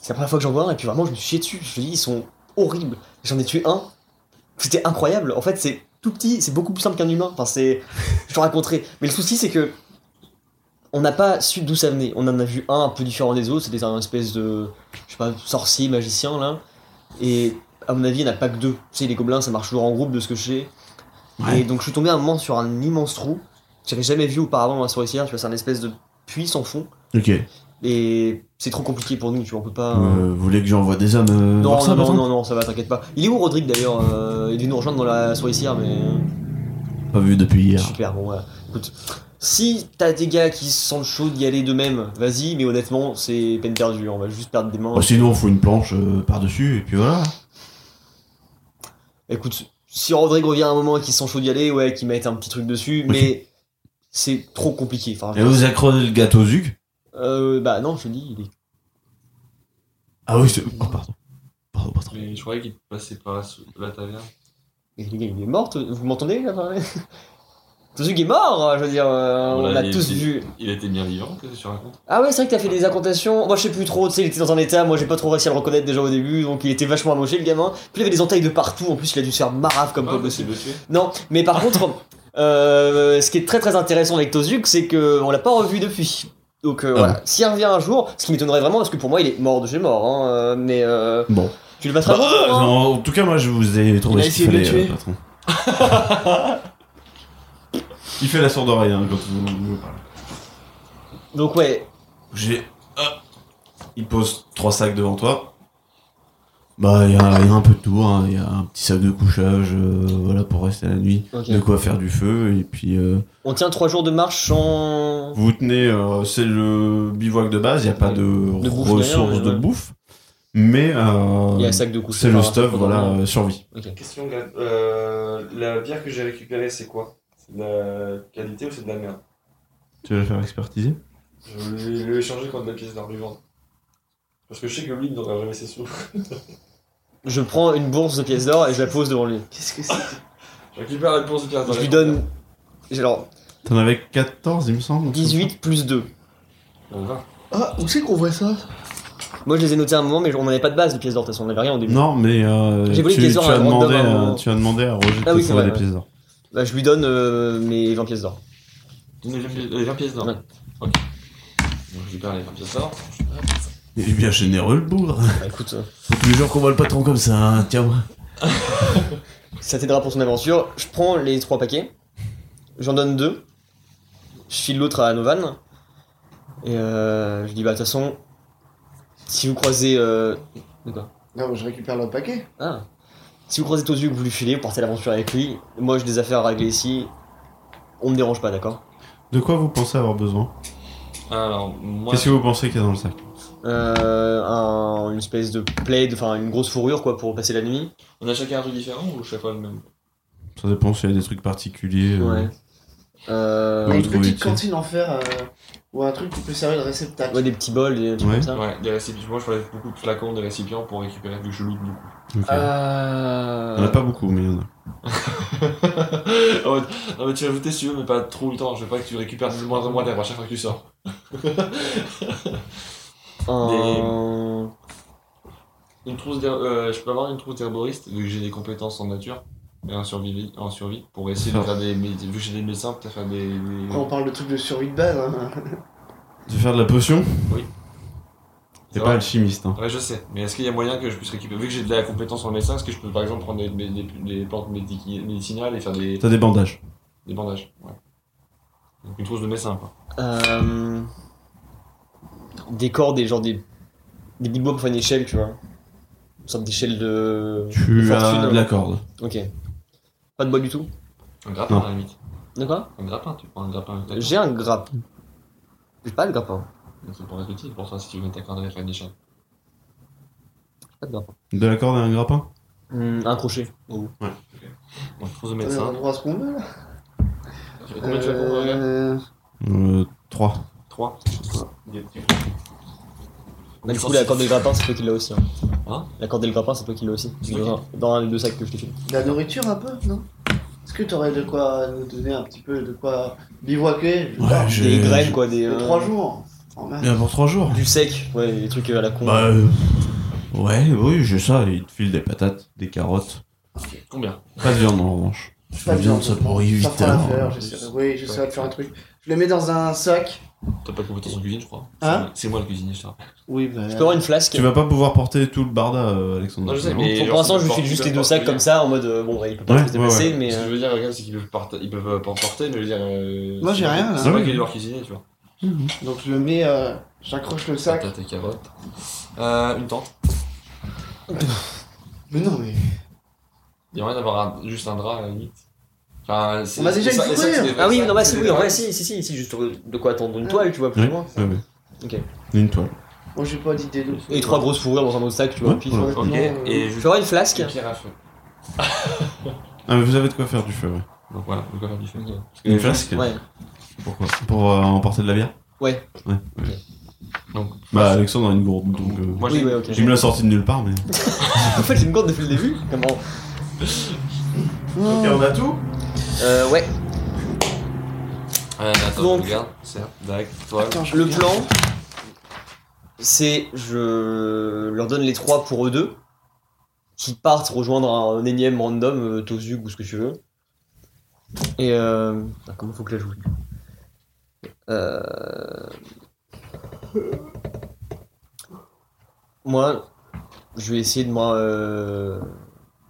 Speaker 3: c'est la première fois que j'en vois un, et puis vraiment, je me suis chié dessus. Je me suis dit, ils sont horribles. J'en ai tué un. C'était incroyable. En fait, c'est tout petit, c'est beaucoup plus simple qu'un humain. Enfin, c'est. Je te raconterai. Mais le souci, c'est que. On n'a pas su d'où ça venait. On en a vu un un peu différent des autres. C'était un espèce de. Je sais pas, sorcier, magicien, là. Et à mon avis, il n'y en a pas que deux. Tu sais, les gobelins, ça marche toujours en groupe, de ce que je sais.
Speaker 1: Ouais.
Speaker 3: Et donc je suis tombé à un moment sur un immense trou que j'avais jamais vu auparavant dans la souricière, tu vois, c'est un espèce de puits sans fond.
Speaker 1: Ok.
Speaker 3: Et c'est trop compliqué pour nous, tu vois, on peut pas. euh,
Speaker 1: Euh, vous voulez que j'envoie des hommes euh,
Speaker 3: Non,
Speaker 1: voir ça,
Speaker 3: non, non,
Speaker 1: patron
Speaker 3: non, non, ça va, t'inquiète pas. Il est où Rodrigue d'ailleurs Euh, Il est venu nous rejoindre dans la souricière, mais.
Speaker 1: Pas vu depuis hier.
Speaker 3: Super, bon, voilà. Écoute, si t'as des gars qui se sentent chauds d'y aller d'eux-mêmes, vas-y, mais honnêtement, c'est peine perdue, on va juste perdre des mains.
Speaker 1: Bah, sinon, on fout une planche euh, par-dessus, et puis voilà.
Speaker 3: Écoute, si Rodrigue revient à un moment et qu'il se sent chaud d'y aller, ouais, qu'il mette un petit truc dessus, mais c'est trop compliqué. Enfin, je-
Speaker 1: Et vous accrochez le gâteau Zuc
Speaker 3: euh, bah non, je te dis, il est.
Speaker 1: Ah oui, c'est... Oh, pardon. Pardon, patron.
Speaker 2: Mais je croyais qu'il passait par la, sou- la taverne.
Speaker 3: Mais les gars, il est mort, t- vous m'entendez là parler Tozuki est mort, je veux dire, euh,
Speaker 2: On
Speaker 3: on
Speaker 2: l'a
Speaker 3: l'a
Speaker 2: dit
Speaker 3: tous
Speaker 2: aussi.
Speaker 3: vu.
Speaker 2: Il était bien vivant, qu'est-ce que tu racontes
Speaker 3: Ah ouais, c'est vrai que t'as fait des incantations. Moi, je sais plus trop, tu sais, il était dans un état, moi, j'ai pas trop réussi à le reconnaître déjà au début, donc il était vachement allongé, le gamin. Puis il avait des entailles de partout, en plus, il a dû se faire marave comme
Speaker 2: Ah,
Speaker 3: pas
Speaker 2: mais
Speaker 3: possible.
Speaker 2: c'est le tuer.
Speaker 3: Non, mais par contre, euh, ce qui est très très intéressant avec Tozuk, c'est que on l'a pas revu depuis. Donc euh,
Speaker 1: Ah
Speaker 3: voilà, s'il revient un jour, ce qui m'étonnerait vraiment, parce que pour moi il est mort de chez mort, hein, euh, mais euh,
Speaker 1: Bon.
Speaker 3: tu le passeras bonjour,
Speaker 1: Bah,
Speaker 3: hein.
Speaker 1: en, en tout cas, moi, je vous ai trouvé
Speaker 4: Il a
Speaker 1: ce qu'il
Speaker 4: essayé de
Speaker 1: fallait,
Speaker 4: le tuer.
Speaker 1: euh, patron. Il fait la sourde oreille hein, quand vous, vous parlez.
Speaker 3: Donc ouais,
Speaker 1: J'ai... Ah. Il pose trois sacs devant toi. Bah, il y, a il y a un peu de tout. hein. Il y a un petit sac de couchage, euh, voilà, pour rester la nuit.
Speaker 3: ok.
Speaker 1: De quoi faire du feu, et puis... euh,
Speaker 3: on tient trois jours de marche sans...
Speaker 1: Vous tenez, euh, c'est le bivouac de base, il n'y a pas de,
Speaker 3: De bouffe
Speaker 1: ressources
Speaker 3: d'ailleurs, ouais.
Speaker 1: de bouffe, mais euh,
Speaker 3: Il y a un sac de couches.
Speaker 1: c'est le
Speaker 3: enfin,
Speaker 1: stuff,
Speaker 3: pendant-
Speaker 1: voilà, euh, survie.
Speaker 2: Question, gars. Euh, la bière que j'ai récupérée, c'est quoi C'est de la qualité ou c'est de la merde
Speaker 1: Tu vas le faire expertiser
Speaker 2: Je vais le changer contre la pièce d'or vivante. Parce que je sais que lui, il n'aura jamais ses sous.
Speaker 3: Je prends une bourse de pièces d'or et je la pose devant lui.
Speaker 4: Qu'est-ce que c'est
Speaker 2: Je récupère la réponse de pièce d'or.
Speaker 3: Je lui donne... Alors,
Speaker 1: T'en avais 14, il me semble.
Speaker 3: 18 plus 2.
Speaker 2: On va.
Speaker 4: Ah, où c'est qu'on voit ça
Speaker 3: Moi je les ai notés à un moment, mais on n'avait pas de base de pièces d'or, de toute façon, on n'avait rien au début.
Speaker 1: Non, mais euh,
Speaker 3: J'ai
Speaker 1: tu,
Speaker 3: volé des
Speaker 1: tu
Speaker 3: ors à
Speaker 1: as
Speaker 3: un random
Speaker 1: demandé
Speaker 3: à un
Speaker 1: à-
Speaker 3: moment.
Speaker 1: tu as demandé à Roger
Speaker 3: Ah
Speaker 1: de
Speaker 3: oui,
Speaker 1: te
Speaker 3: c'est
Speaker 1: trouver
Speaker 3: vrai,
Speaker 1: des
Speaker 3: ouais.
Speaker 1: pièces d'or.
Speaker 3: Bah, je lui donne euh, mes 20 pièces d'or.
Speaker 2: Donne les 20 pièces- les 20 euh, pièces d'or.
Speaker 3: Ouais.
Speaker 2: Ok. Donc je récupère les 20 pièces d'or.
Speaker 1: Il est bien généreux, le bourre.
Speaker 3: Bah, écoute... euh,
Speaker 1: Faut tous les jours qu'on voit le patron comme ça, hein, tiens.
Speaker 3: Ça t'aidera pour son aventure. Je prends les trois paquets. J'en donne deux. Je file l'autre à Novan. Et euh, je dis, bah, de toute façon, si vous croisez. euh,
Speaker 4: Non, je récupère le paquet.
Speaker 3: Ah Si vous croisez Tozu et que vous lui filez, vous partez à l'aventure avec lui. Moi, j'ai des affaires à régler ici. On me dérange pas, d'accord
Speaker 1: De quoi vous pensez avoir besoin
Speaker 2: Alors, moi.
Speaker 1: Qu'est-ce que vous pensez qu'il y a dans le sac
Speaker 3: euh, un- Une espèce de plaid, enfin, une grosse fourrure, quoi, pour passer la nuit.
Speaker 2: On a chacun un truc différent ou chaque fois le même
Speaker 1: Ça dépend s'il y a des trucs particuliers. euh.
Speaker 3: Ouais. Euh,
Speaker 1: Ah, Vous
Speaker 4: une
Speaker 1: le trouvez
Speaker 4: petite
Speaker 1: utile.
Speaker 4: cantine en fer euh, ou un truc qui peut servir de réceptacle.
Speaker 3: ouais, des petits bols, des trucs
Speaker 1: Ouais.
Speaker 3: comme ça.
Speaker 2: Ouais, des récipients. Moi, je relève beaucoup de flacons, des récipients pour récupérer vu que je loot beaucoup.
Speaker 1: Ok.
Speaker 3: Euh,
Speaker 1: Il y en a pas beaucoup, mais il y en a.
Speaker 2: En mode, non, Ah, mais tu vas looter si tu veux, mais pas trop longtemps. Je veux pas que tu récupères le moindre moindre à chaque fois que tu sors.
Speaker 3: un-
Speaker 2: Une trousse d'her- euh, je peux avoir une trousse d'herboriste vu que j'ai des compétences en nature et en survie, en survie pour essayer de faire des mé- vu que j'ai des médecins peut-être faire des, des-
Speaker 4: Après, on parle de trucs de survie de base. hein.
Speaker 1: Tu veux faire de la potion
Speaker 2: Oui.
Speaker 1: T'es
Speaker 2: Ça
Speaker 1: pas
Speaker 2: va
Speaker 1: alchimiste, hein.
Speaker 2: Ouais, je sais, mais est-ce qu'il y a moyen que je puisse récupérer vu que j'ai de la compétence en médecin, est-ce que je peux par exemple prendre des, des, des- des plantes médici- médicinales et faire des,
Speaker 1: T'as des bandages.
Speaker 2: des bandages ouais. Donc une trousse de médecin quoi.
Speaker 3: Euh, des cordes et genre des, des big pour faire une échelle, tu vois. Une sorte d'échelle de. de
Speaker 1: Tu as de la corde.
Speaker 3: Ok. Pas de bois du tout
Speaker 2: Un grappin
Speaker 1: Non.
Speaker 2: à la limite.
Speaker 3: D'accord
Speaker 2: Un grappin, tu prends un grappin. avec
Speaker 3: J'ai un grappin. J'ai pas de grappin.
Speaker 2: ta- Ça pourrait être utile pour toi si tu veux t'accorder à faire une échelle.
Speaker 3: J'ai Pas de grappin.
Speaker 1: De la corde et un grappin
Speaker 3: Hum, un crochet. au
Speaker 1: Oh.
Speaker 3: bout.
Speaker 2: Bon, trousse de
Speaker 4: On a
Speaker 2: médecin.
Speaker 4: le droit à ce qu'on veut là.
Speaker 2: Combien tu vas prendre regarde
Speaker 4: Euh,
Speaker 1: euh, 3.
Speaker 2: 3.
Speaker 3: Mais du coup, la corde et le grappin, c'est toi qui l'as aussi. Hein.
Speaker 1: Ah.
Speaker 2: Hein
Speaker 3: la corde et le grappin, c'est toi qui l'as aussi.
Speaker 2: Ok.
Speaker 3: Dans, un- dans un des deux sacs que je t'ai fait.
Speaker 4: de la nourriture un peu, non Est-ce que t'aurais de quoi nous donner un petit peu de quoi bivouaquer
Speaker 1: Ouais,
Speaker 4: Genre,
Speaker 1: j'ai-
Speaker 3: Des graines, quoi. Des,
Speaker 4: de
Speaker 3: euh,
Speaker 4: trois jours Oh, merde.
Speaker 1: Bien Euh, pour 3 jours
Speaker 3: Du sec, ouais, des trucs euh, à la con.
Speaker 1: Bah, euh, ouais, oui, j'ai ça. Il te file des patates, des carottes.
Speaker 2: Combien
Speaker 1: Pas de viande en revanche. La viande, ça pourrit hein.
Speaker 4: Ça hein.
Speaker 1: 8
Speaker 4: fera l'affaire,
Speaker 1: heures.
Speaker 4: j'essaierai. Oui, j'essaierai de faire un truc. Je le mets dans un sac.
Speaker 2: T'as pas de compétence en cuisine, je crois.
Speaker 4: Hein
Speaker 2: C'est moi le cuisinier, je te rappelle.
Speaker 4: Oui, bah.
Speaker 3: Je peux avoir une flasque.
Speaker 1: Tu vas pas pouvoir porter tout le barda, euh, Alexandre.
Speaker 2: Non, je sais,
Speaker 1: finalement.
Speaker 2: mais-
Speaker 3: Pour-
Speaker 2: genre,
Speaker 3: pour l'instant,
Speaker 2: tu
Speaker 3: je lui
Speaker 2: peux
Speaker 3: file
Speaker 2: porter-
Speaker 3: juste
Speaker 2: tu
Speaker 3: les
Speaker 2: peux
Speaker 3: deux sacs
Speaker 2: porter
Speaker 3: comme ça en mode euh, bon, ouais, il peut pas
Speaker 1: Ouais,
Speaker 3: se
Speaker 1: ouais,
Speaker 3: déplacer,
Speaker 1: ouais.
Speaker 3: mais.
Speaker 2: Ce que
Speaker 3: euh,
Speaker 2: je veux dire, regarde, c'est qu'ils peuvent, porter- ils peuvent pas porter, mais je veux dire. euh,
Speaker 4: Moi, j'ai
Speaker 2: c'est-
Speaker 4: rien, là.
Speaker 2: C'est
Speaker 1: Ah
Speaker 2: moi
Speaker 1: oui.
Speaker 2: qui vais devoir cuisiner, tu vois.
Speaker 4: Donc je le mets, euh, j'accroche le sac.
Speaker 2: T'as tes carottes. Euh, une tente.
Speaker 4: Mais non, mais.
Speaker 2: Il y a moyen d'avoir un- juste un drap à la limite. Enfin, c'est-
Speaker 4: On a déjà
Speaker 2: les sacs-
Speaker 4: hein. une
Speaker 2: les sacs,
Speaker 4: couverture.
Speaker 2: c'est des-
Speaker 3: Ah oui,
Speaker 2: les
Speaker 3: non, bah
Speaker 2: sacs,
Speaker 3: si,
Speaker 2: c'est
Speaker 3: oui,
Speaker 2: des
Speaker 3: en vrai,
Speaker 2: draps.
Speaker 3: si, si, si, si, juste euh, de quoi attendre une toile, tu vois, plus ou moins.
Speaker 1: ouais, ouais.
Speaker 3: Ok.
Speaker 1: Une toile.
Speaker 4: Moi j'ai pas d'idée de. euh,
Speaker 3: Et trois grosses fourrures dans un autre sac, tu vois,
Speaker 1: Ouais,
Speaker 3: puis
Speaker 1: ouais.
Speaker 4: Ouais.
Speaker 2: Ok,
Speaker 4: Non,
Speaker 2: et
Speaker 3: Tu
Speaker 2: juste
Speaker 3: auras une flasque
Speaker 2: une pierre à feu.
Speaker 1: Ah, mais vous avez de quoi faire du feu, ouais.
Speaker 2: Donc voilà, on va faire du feu. Parce que-
Speaker 1: Une flasque
Speaker 3: Ouais.
Speaker 1: Pourquoi Pour euh, emporter de la bière
Speaker 3: Ouais.
Speaker 1: Ouais, ouais.
Speaker 2: Donc,
Speaker 1: Bah, Alexandre a une gourde, donc. euh,
Speaker 2: Moi,
Speaker 3: Oui,
Speaker 2: j'ai-
Speaker 3: ouais, ok.
Speaker 1: J'ai me la sortie de nulle part, mais. Ok,
Speaker 3: En fait, j'ai une gourde depuis le début. Comment
Speaker 4: Non.
Speaker 1: a tout
Speaker 3: Euh, ouais.
Speaker 2: Euh, attends,
Speaker 3: Donc-
Speaker 2: je regarde. Serre, dague, toile.
Speaker 4: Attends, je
Speaker 3: Le
Speaker 4: regarde.
Speaker 3: plan, c'est je leur donne les trois pour eux deux, qui partent rejoindre un énième random, euh, Tozug ou ce que tu veux. Et euh... ah, comment faut que je la joue Euh, Moi, je vais essayer de m'in- euh,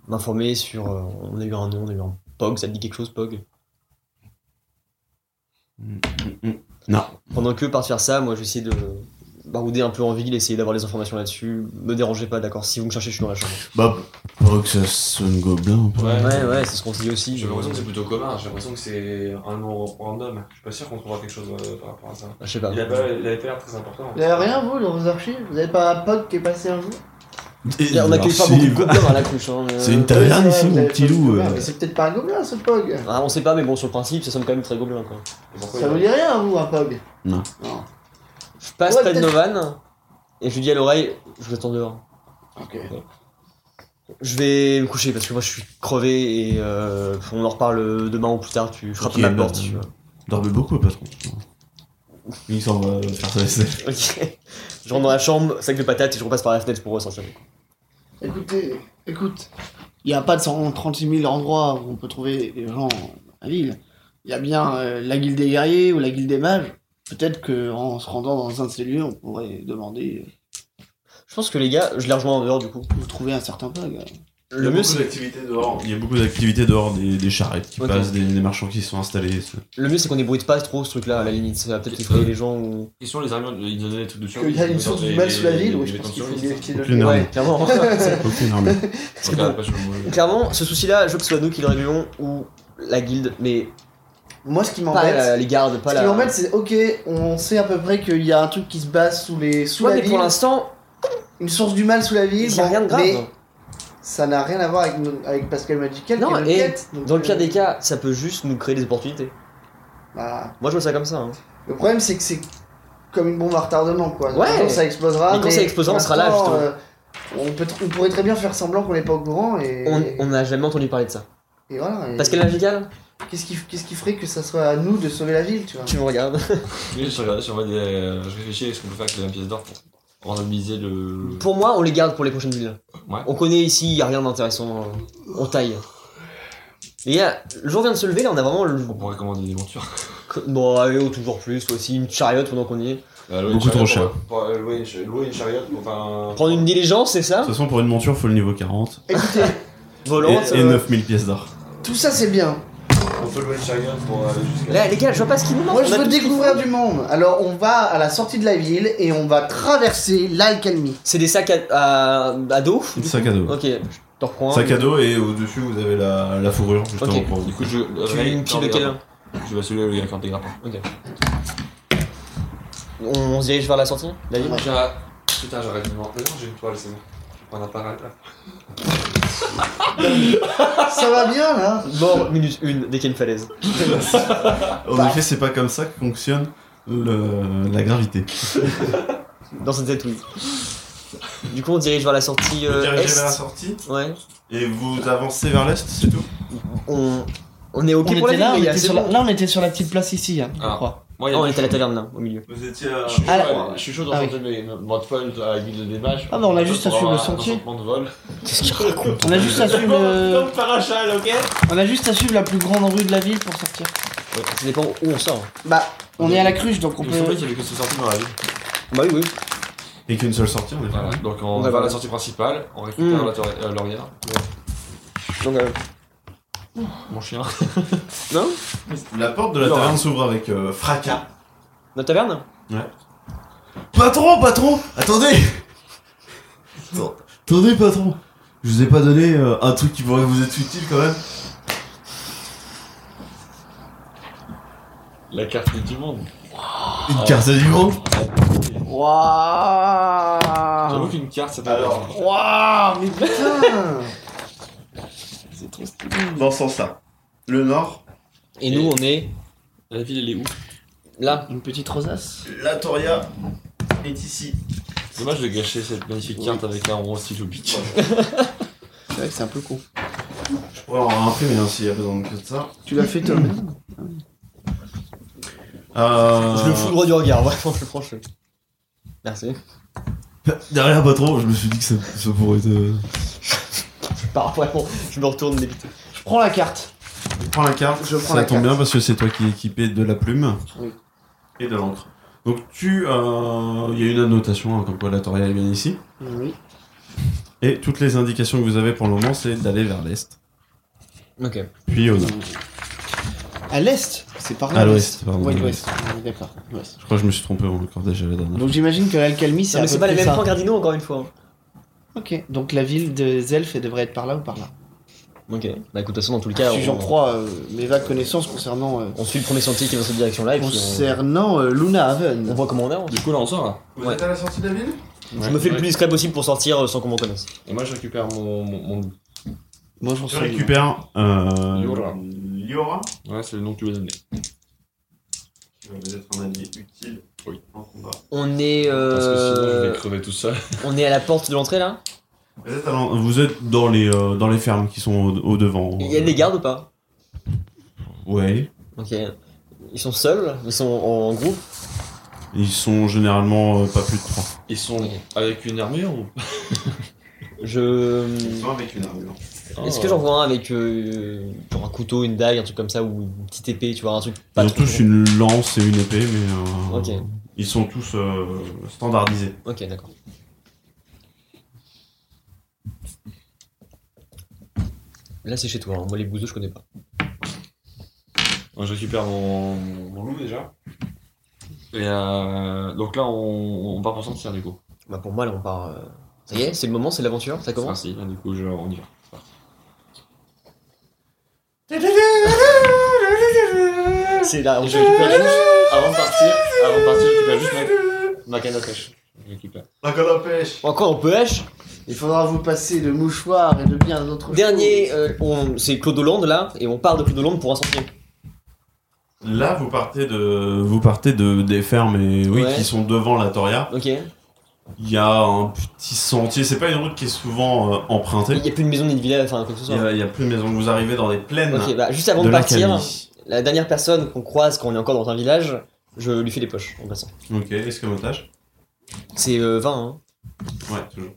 Speaker 3: m'informer sur. euh, On a eu un nom, on a eu un POG, ça te dit quelque chose, POG Pendant que par faire ça, moi je vais essayer de barouder un peu en ville, essayer d'avoir les informations là-dessus. Me dérangez pas, d'accord Si vous me cherchez, je suis dans la chambre.
Speaker 1: Bah, pour que ça sonne gobelin un peu.
Speaker 2: Ouais.
Speaker 3: Ouais, ouais, c'est ce qu'on se dit aussi.
Speaker 2: J'ai
Speaker 3: je-
Speaker 2: l'impression que c'est plutôt commun, j'ai l'impression que c'est un nom random. Je suis pas sûr qu'on trouvera quelque chose euh, par rapport à ça.
Speaker 3: Ah, Je sais pas.
Speaker 2: Il a pas, il avait pas l'air très important.
Speaker 4: Vous avez rien vous dans vos archives Vous avez pas un POC qui est passé un jour
Speaker 1: Et
Speaker 3: on accueille pas
Speaker 1: alors,
Speaker 3: beaucoup
Speaker 1: c'est-
Speaker 3: de gobelins à la cruche. Hein, mais-
Speaker 1: C'est une ta- T'as
Speaker 4: Ouais,
Speaker 1: rien
Speaker 4: c'est
Speaker 1: ici,
Speaker 4: vrai,
Speaker 1: mon
Speaker 4: vous avez
Speaker 1: petit
Speaker 4: pas le
Speaker 1: loup,
Speaker 4: gobelin,
Speaker 1: euh.
Speaker 4: Mais c'est peut-être pas un gobelin ce POG
Speaker 3: Ah, on sait pas, mais bon, sur le principe, ça sonne quand même très gobelin quoi.
Speaker 2: Et pourquoi
Speaker 4: Ça
Speaker 2: il a-
Speaker 4: vous dit rien vous un POG
Speaker 1: Non.
Speaker 4: Non.
Speaker 3: Je passe
Speaker 4: Ouais,
Speaker 3: près de
Speaker 4: peut-être.
Speaker 3: Novan et je lui dis à l'oreille Je vous attends dehors.
Speaker 4: Ok.
Speaker 3: Je vais me coucher parce que moi je suis crevé et euh, on en reparle demain ou plus tard. Tu frappes
Speaker 1: Ok,
Speaker 3: à ma
Speaker 1: bah,
Speaker 3: porte. tu vois.
Speaker 1: Dormez beaucoup, patron. Il s'en va faire sa vaisselle.
Speaker 3: Ok. Je rentre dans la chambre, sac de patates et je repasse par la fenêtre pour ressortir.
Speaker 4: Écoutez, écoute, il n'y a pas de 136 000 endroits où on peut trouver des gens dans la ville. Il y a bien euh, la guilde des guerriers ou la guilde des mages. Peut-être qu'en se rendant dans un de ces lieux, on pourrait demander
Speaker 3: Je pense que les gars, je les rejoins en dehors du coup.
Speaker 4: euh, de trouver un certain bug.
Speaker 3: Le mieux c'est
Speaker 1: d'activités dehors. Il y a beaucoup d'activités dehors, des, des charrettes qui
Speaker 3: Ok.
Speaker 1: passent, des, des marchands qui sont installés. ce-
Speaker 3: Le mieux c'est qu'on ébruite pas trop ce truc là à la limite, ça va peut-être effrayer les gens ou...
Speaker 2: Ils sont les armures, ils donnaient des trucs de
Speaker 4: Qu'il y a une source du mal sous la ville, oui, je pense qu'il faut
Speaker 2: des
Speaker 4: vérifier le
Speaker 1: Aucune arme.
Speaker 3: Ouais, clairement.
Speaker 1: Aucune armée.
Speaker 3: que bon.
Speaker 2: euh,
Speaker 3: clairement, ce souci là, je veux que ce soit nous qui le réglions ou la guilde, mais
Speaker 4: Moi, ce qui
Speaker 3: pas
Speaker 4: m'embête,
Speaker 3: la- les gardes, pas
Speaker 4: ce
Speaker 3: la...
Speaker 4: qui m'embête, c'est ok, on sait à peu près qu'il y a un truc qui se base sous les sous
Speaker 3: Ouais,
Speaker 4: la
Speaker 3: mais pour
Speaker 4: ville,
Speaker 3: l'instant,
Speaker 4: une source du mal sous la ville.
Speaker 3: il y a
Speaker 4: bon,
Speaker 3: rien de grave.
Speaker 4: mais ça n'a rien à voir avec, nos- avec Pascal Magical.
Speaker 3: Non,
Speaker 4: qui est notre
Speaker 3: et
Speaker 4: quête, donc,
Speaker 3: Dans le pire
Speaker 4: euh,
Speaker 3: des cas, ça peut juste nous créer des opportunités.
Speaker 4: bah,
Speaker 3: Moi je vois ça comme ça. hein.
Speaker 4: Le problème, c'est que c'est comme une bombe à retardement, quoi.
Speaker 3: Ouais.
Speaker 4: Quand ça explosera,
Speaker 3: Mais quand ça explosera, on sera là,
Speaker 4: pour
Speaker 3: justement.
Speaker 4: l'instant, euh, on, peut tr- on pourrait très bien faire semblant qu'on n'est pas au courant et.
Speaker 3: On on n'a jamais entendu parler de ça.
Speaker 4: et voilà. et-
Speaker 3: Parce qu'elle magical,
Speaker 4: Qu'est-ce qui, qu'est-ce qui ferait que ça soit à nous de sauver la ville, tu vois
Speaker 3: tu me regardes.
Speaker 2: Je regarde- je regarde des- euh, je réfléchis à ce qu'on peut faire avec les 20 pièces d'or pour euh, rentabiliser le.
Speaker 3: Pour moi, on les garde pour les prochaines villes.
Speaker 2: Ouais.
Speaker 3: On connaît ici, il a rien d'intéressant. hein. On taille. Les gars, le jour vient de se lever, là on a vraiment le...
Speaker 2: On pourrait commander des montures.
Speaker 3: Bon, allez, oh, toujours plus, toi aussi, une chariote pendant qu'on y est.
Speaker 2: Euh, louer une
Speaker 1: Beaucoup trop
Speaker 2: chariote, on va- pour- euh, Louer une ch- louer une chariote, pour faire un-
Speaker 3: Prendre une diligence, c'est
Speaker 1: De
Speaker 3: ça
Speaker 1: toute façon, pour une monture, faut le niveau 40.
Speaker 4: Écoutez,
Speaker 1: Et,
Speaker 3: Volante.
Speaker 1: et
Speaker 3: euh,
Speaker 1: 9000 pièces d'or.
Speaker 4: tout ça c'est bien.
Speaker 2: On peut louer une chariote pour aller jusqu'à.
Speaker 3: Là, Eh, les gars, je vois pas ce qu'il nous manque.
Speaker 4: Moi
Speaker 3: on
Speaker 4: je
Speaker 3: a
Speaker 4: veux
Speaker 3: tout ce qu'il
Speaker 4: découvrir
Speaker 3: faut.
Speaker 4: du monde. Alors on va à la sortie de la ville et on va traverser l'alcalmie.
Speaker 3: C'est des sacs à, à, à dos du
Speaker 1: Sac à
Speaker 3: coup
Speaker 1: dos.
Speaker 3: Ok, je te reprends. un.
Speaker 1: Sac à dos, et au-dessus, vous avez la, la fourrure, justement,
Speaker 3: Ok.
Speaker 1: pour
Speaker 2: Du coup, je.
Speaker 3: Tu
Speaker 2: Ray,
Speaker 3: mets une pile de
Speaker 2: corde
Speaker 3: quel
Speaker 2: grappin. Je vais celui-là, le gars, corde des grappins.
Speaker 3: on, on se dirige vers la sortie la ville
Speaker 4: Ouais.
Speaker 2: J'ai- Putain, j'arrête de mentir. Non, j'ai une toile, c'est bon. Je vais prendre un parade.
Speaker 4: ça va bien là
Speaker 3: Mort, minute 1, dès qu'il y a une falaise. Bah.
Speaker 1: En effet, c'est pas comme ça que fonctionne le- la gravité.
Speaker 3: Dans cette tête, oui. Du coup, on se dirige vers la sortie euh, est.
Speaker 1: sortie
Speaker 3: Ouais.
Speaker 1: et vous avancez vers l'est, c'est tout
Speaker 3: On, on est ok pour la ville, les gars, c'est bon.
Speaker 4: on était sur la petite place ici, hein,
Speaker 2: Ah.
Speaker 4: crois.
Speaker 2: Moi, il y
Speaker 3: Ah,
Speaker 2: a
Speaker 3: on
Speaker 2: deux
Speaker 3: était à la
Speaker 2: choses.
Speaker 3: taverne là, au milieu.
Speaker 1: Vous étiez à...
Speaker 2: Je suis chaud,
Speaker 4: Ah,
Speaker 2: ouais,
Speaker 4: ouais.
Speaker 2: je suis chaud
Speaker 4: Ah,
Speaker 2: d'entendre mes mon toile à la guilde des mages.
Speaker 4: Ah, bah, on a juste à
Speaker 2: Pour
Speaker 4: suivre le
Speaker 2: avoir un
Speaker 4: sentier.
Speaker 2: consentement de vol.
Speaker 3: Qu'est-ce qu'il raconte
Speaker 4: On a juste à suivre, euh,
Speaker 2: parachal, ok
Speaker 4: on a juste à suivre la plus grande rue de la ville pour sortir.
Speaker 3: Ça dépend où on sort.
Speaker 4: Bah, on est à la cruche donc on
Speaker 2: Il me semblait
Speaker 4: peut.
Speaker 2: qu'il y avait que ce sortie dans la ville.
Speaker 3: Bah oui, oui.
Speaker 1: Et qu'une seule sortie, Ah on est pas
Speaker 2: Voilà,
Speaker 1: là.
Speaker 2: donc on
Speaker 3: Ouais,
Speaker 2: va à
Speaker 3: ouais.
Speaker 2: la sortie principale, on récupère
Speaker 3: Mm.
Speaker 2: la torre- euh, l'Orière.
Speaker 3: Donc, euh,
Speaker 2: Mon chien.
Speaker 3: non
Speaker 1: La porte de la
Speaker 2: Non.
Speaker 1: taverne s'ouvre avec euh, fracas.
Speaker 3: Notre taverne
Speaker 1: Patron, patron Attendez Attends- Attendez, patron Je vous ai pas donné euh, un truc qui pourrait vous être utile quand même
Speaker 2: La carte du monde.
Speaker 1: Une carte du monde
Speaker 2: J'avoue
Speaker 4: Waouh
Speaker 2: qu'une carte, ça peut
Speaker 1: Alors.
Speaker 2: être-
Speaker 4: Waouh Mais putain
Speaker 1: C'est trop stylé Dans ce sens-là. Le nord,
Speaker 3: Et nous, on est
Speaker 2: La ville, elle est où
Speaker 3: là.
Speaker 4: Une petite rosace
Speaker 1: la Toria est ici.
Speaker 2: Dommage de gâcher cette magnifique carte avec un rond stylo bic.
Speaker 4: C'est vrai que c'est un peu con.
Speaker 1: Je pourrais en imprimer hein, s'il y a besoin de que de ça.
Speaker 4: Tu l'as fait toi-même
Speaker 1: Euh...
Speaker 3: Je le fous droit du regard, vraiment, je le prends. je- Merci.
Speaker 1: Derrière patron, je me suis dit que ça, ça pourrait être... euh,
Speaker 3: Par vraiment, je me retourne débite.
Speaker 4: Je prends la carte.
Speaker 1: Je prends la carte,
Speaker 4: Je prends
Speaker 1: ça
Speaker 4: la
Speaker 1: tombe
Speaker 4: carte.
Speaker 1: bien parce que c'est toi qui es équipé de la plume
Speaker 4: Oui.
Speaker 1: et de l'encre. Donc tu... euh, Il y a une annotation hein, comme quoi la Toria est bien ici.
Speaker 4: Oui.
Speaker 1: Et toutes les indications que vous avez pour le moment, c'est d'aller vers l'est,
Speaker 3: Ok.
Speaker 1: puis au nord.
Speaker 4: À l'est C'est par là
Speaker 1: À
Speaker 4: l'est.
Speaker 1: l'ouest, pardon.
Speaker 4: Ouais, l'ouest. Oui, D'accord. l'ouest.
Speaker 1: Je crois que je me suis trompé encore déjà la dernière.
Speaker 4: Donc j'imagine que l'alcalmie, c'est
Speaker 3: Non,
Speaker 4: à
Speaker 3: mais
Speaker 4: peu
Speaker 3: c'est pas les
Speaker 4: près
Speaker 3: mêmes
Speaker 4: ça.
Speaker 3: points cardinaux, encore une fois. hein.
Speaker 4: Ok. Donc la ville des elfes elle devrait être par là ou par là.
Speaker 3: Ok. Bah écoute, de toute façon, dans tous les cas,
Speaker 4: si j'en
Speaker 3: on,
Speaker 4: crois euh, mes vagues connaissances concernant euh,
Speaker 3: on suit le premier sentier qui est dans cette direction-là et puis on,
Speaker 4: concernant euh, Luna Haven.
Speaker 3: on voit comment on hein. avance.
Speaker 2: Du coup, là, on sort là.
Speaker 1: Vous êtes à la sortie de la ville
Speaker 3: Je me fais le plus discret possible pour sortir euh, sans qu'on me reconnaisse.
Speaker 2: Et moi, je récupère mon. mon, mon-
Speaker 4: Moi j'en
Speaker 1: Tu
Speaker 4: sais
Speaker 1: récupères euh,
Speaker 2: Liora.
Speaker 1: Liora,
Speaker 2: Ouais, c'est le nom que tu veux donner.
Speaker 1: qui va vous être un allié utile
Speaker 2: Oui.
Speaker 1: en combat.
Speaker 3: On est,
Speaker 2: Parce que sinon, je
Speaker 3: euh,
Speaker 2: vais crever tout seul.
Speaker 3: on est à la porte de l'entrée là.
Speaker 1: Vous êtes, à l'en- vous êtes dans, les, euh, dans les fermes qui sont au, au
Speaker 2: Oh.
Speaker 1: devant.
Speaker 3: Il y a des gardes ou pas
Speaker 1: Ouais.
Speaker 3: Ok. Ils sont seuls Ils sont en, en groupe
Speaker 1: Ils sont généralement euh, pas plus de 3.
Speaker 2: Ils sont avec une armure ou
Speaker 3: Je.
Speaker 1: avec une armure.
Speaker 2: Oh.
Speaker 3: Est-ce que j'en vois un avec euh, genre un couteau, une dague, un truc comme ça ou une petite épée, tu vois, un truc pas
Speaker 1: Ils ont
Speaker 3: trop
Speaker 1: tous
Speaker 3: gros.
Speaker 1: une lance et une épée, mais euh,
Speaker 3: Ok.
Speaker 1: ils sont tous euh, standardisés.
Speaker 3: Ok, d'accord. Là, c'est chez toi. hein. Moi, les bouseux, je connais pas.
Speaker 2: Moi, je récupère mon, mon loup déjà. Et euh, donc là, on, on part pour sentir du coup.
Speaker 3: Bah, pour moi, là, on part. euh, Ça y est, c'est le moment, c'est l'aventure, ça
Speaker 2: C'est
Speaker 3: commence.
Speaker 2: parti, là, du coup, je, on y va.
Speaker 3: C'est là. on-
Speaker 2: Et je récupère juste, avant de partir, avant de partir, je récupère juste ma, ma canne à pêche. Je récupère.
Speaker 1: La canne à pêche
Speaker 3: Encore en PH.
Speaker 4: Il faudra vous passer de mouchoirs et de bien d'autres
Speaker 3: Dernier, euh, on... c'est Claude Hollande là, et on part de Claude Hollande pour un sentier.
Speaker 1: Là, vous partez de, vous partez de des fermes et oui,
Speaker 3: Ouais.
Speaker 1: qui sont devant la Toria.
Speaker 3: Ok. Il
Speaker 1: Il y a un petit sentier, c'est pas une route qui est souvent euh, empruntée.
Speaker 3: n'y a plus de maison ni de village, enfin, quoi que ce
Speaker 1: Il y,
Speaker 3: soit.
Speaker 1: a, il y a plus de maisons, vous arrivez dans les plaines
Speaker 3: Ok, bah, juste avant
Speaker 1: de
Speaker 3: de
Speaker 1: la
Speaker 3: partir,
Speaker 1: Camille.
Speaker 3: la dernière personne qu'on croise quand on est encore dans un village, je lui fais les poches en passant.
Speaker 1: Ok, escamotage
Speaker 3: C'est euh, 20, hein.
Speaker 1: Ouais, toujours.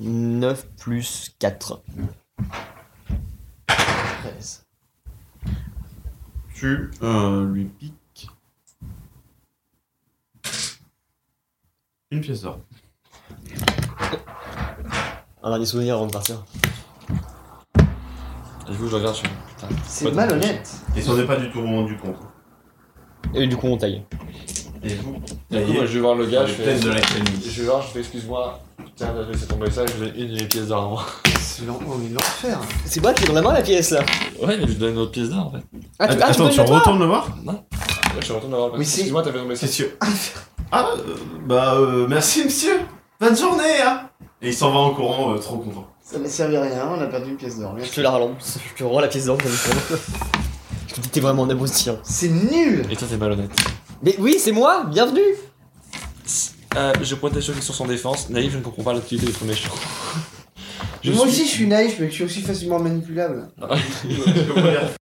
Speaker 3: 9 plus 4. 13.
Speaker 1: Tu euh, lui piques. Une pièce d'or.
Speaker 3: Un dernier souvenir avant de partir.
Speaker 2: Et du coup, je regarde, je suis putain.
Speaker 4: C'est malhonnête.
Speaker 1: Et ça n'est pas du tout rendu compte.
Speaker 3: Et du coup, on taille.
Speaker 1: Et vous
Speaker 2: Du coup, moi, je vais voir le
Speaker 1: Dans
Speaker 2: gars, je
Speaker 1: les plaines
Speaker 2: fais.
Speaker 1: de la Camille.
Speaker 2: Je vais voir, je fais excuse-moi. Tiens, j'ai laissé tomber ça, je vais une de mes pièces d'or à moi.
Speaker 4: C'est l'en- oh, mais
Speaker 1: Ah,
Speaker 4: l'enfer.
Speaker 3: C'est moi qui ai dans la main la pièce là.
Speaker 2: Ouais, mais je lui donne une autre pièce d'or en fait.
Speaker 3: Ah, tu, ah, tu
Speaker 1: Attends,
Speaker 3: peux
Speaker 1: tu
Speaker 3: le mettre, toi
Speaker 1: retournes le voir
Speaker 2: Ouais, je suis retourné d'avoir
Speaker 4: Mais
Speaker 2: le
Speaker 4: si.
Speaker 2: Excuse-moi, t'as fait tomber ça.
Speaker 1: Monsieur. Ah, euh, bah, euh, merci, monsieur. Bonne journée, hein. Et il s'en va en courant, euh, trop content.
Speaker 4: Ça n'a servi à rien, on a perdu une pièce d'or.
Speaker 3: Je te la relance. Je te rends la pièce d'or comme ça. Je te dis, t'es vraiment un abruti. hein.
Speaker 4: C'est nul
Speaker 2: Et toi, t'es malhonnête.
Speaker 3: Mais oui, c'est moi, bienvenue.
Speaker 2: Euh, je pointe à ceux qui sont sans défense. Naïf, je ne comprends pas l'activité des premiers méchant.
Speaker 4: Moi aussi je suis naïf, mais je suis aussi facilement manipulable.
Speaker 1: Je peux vous dire.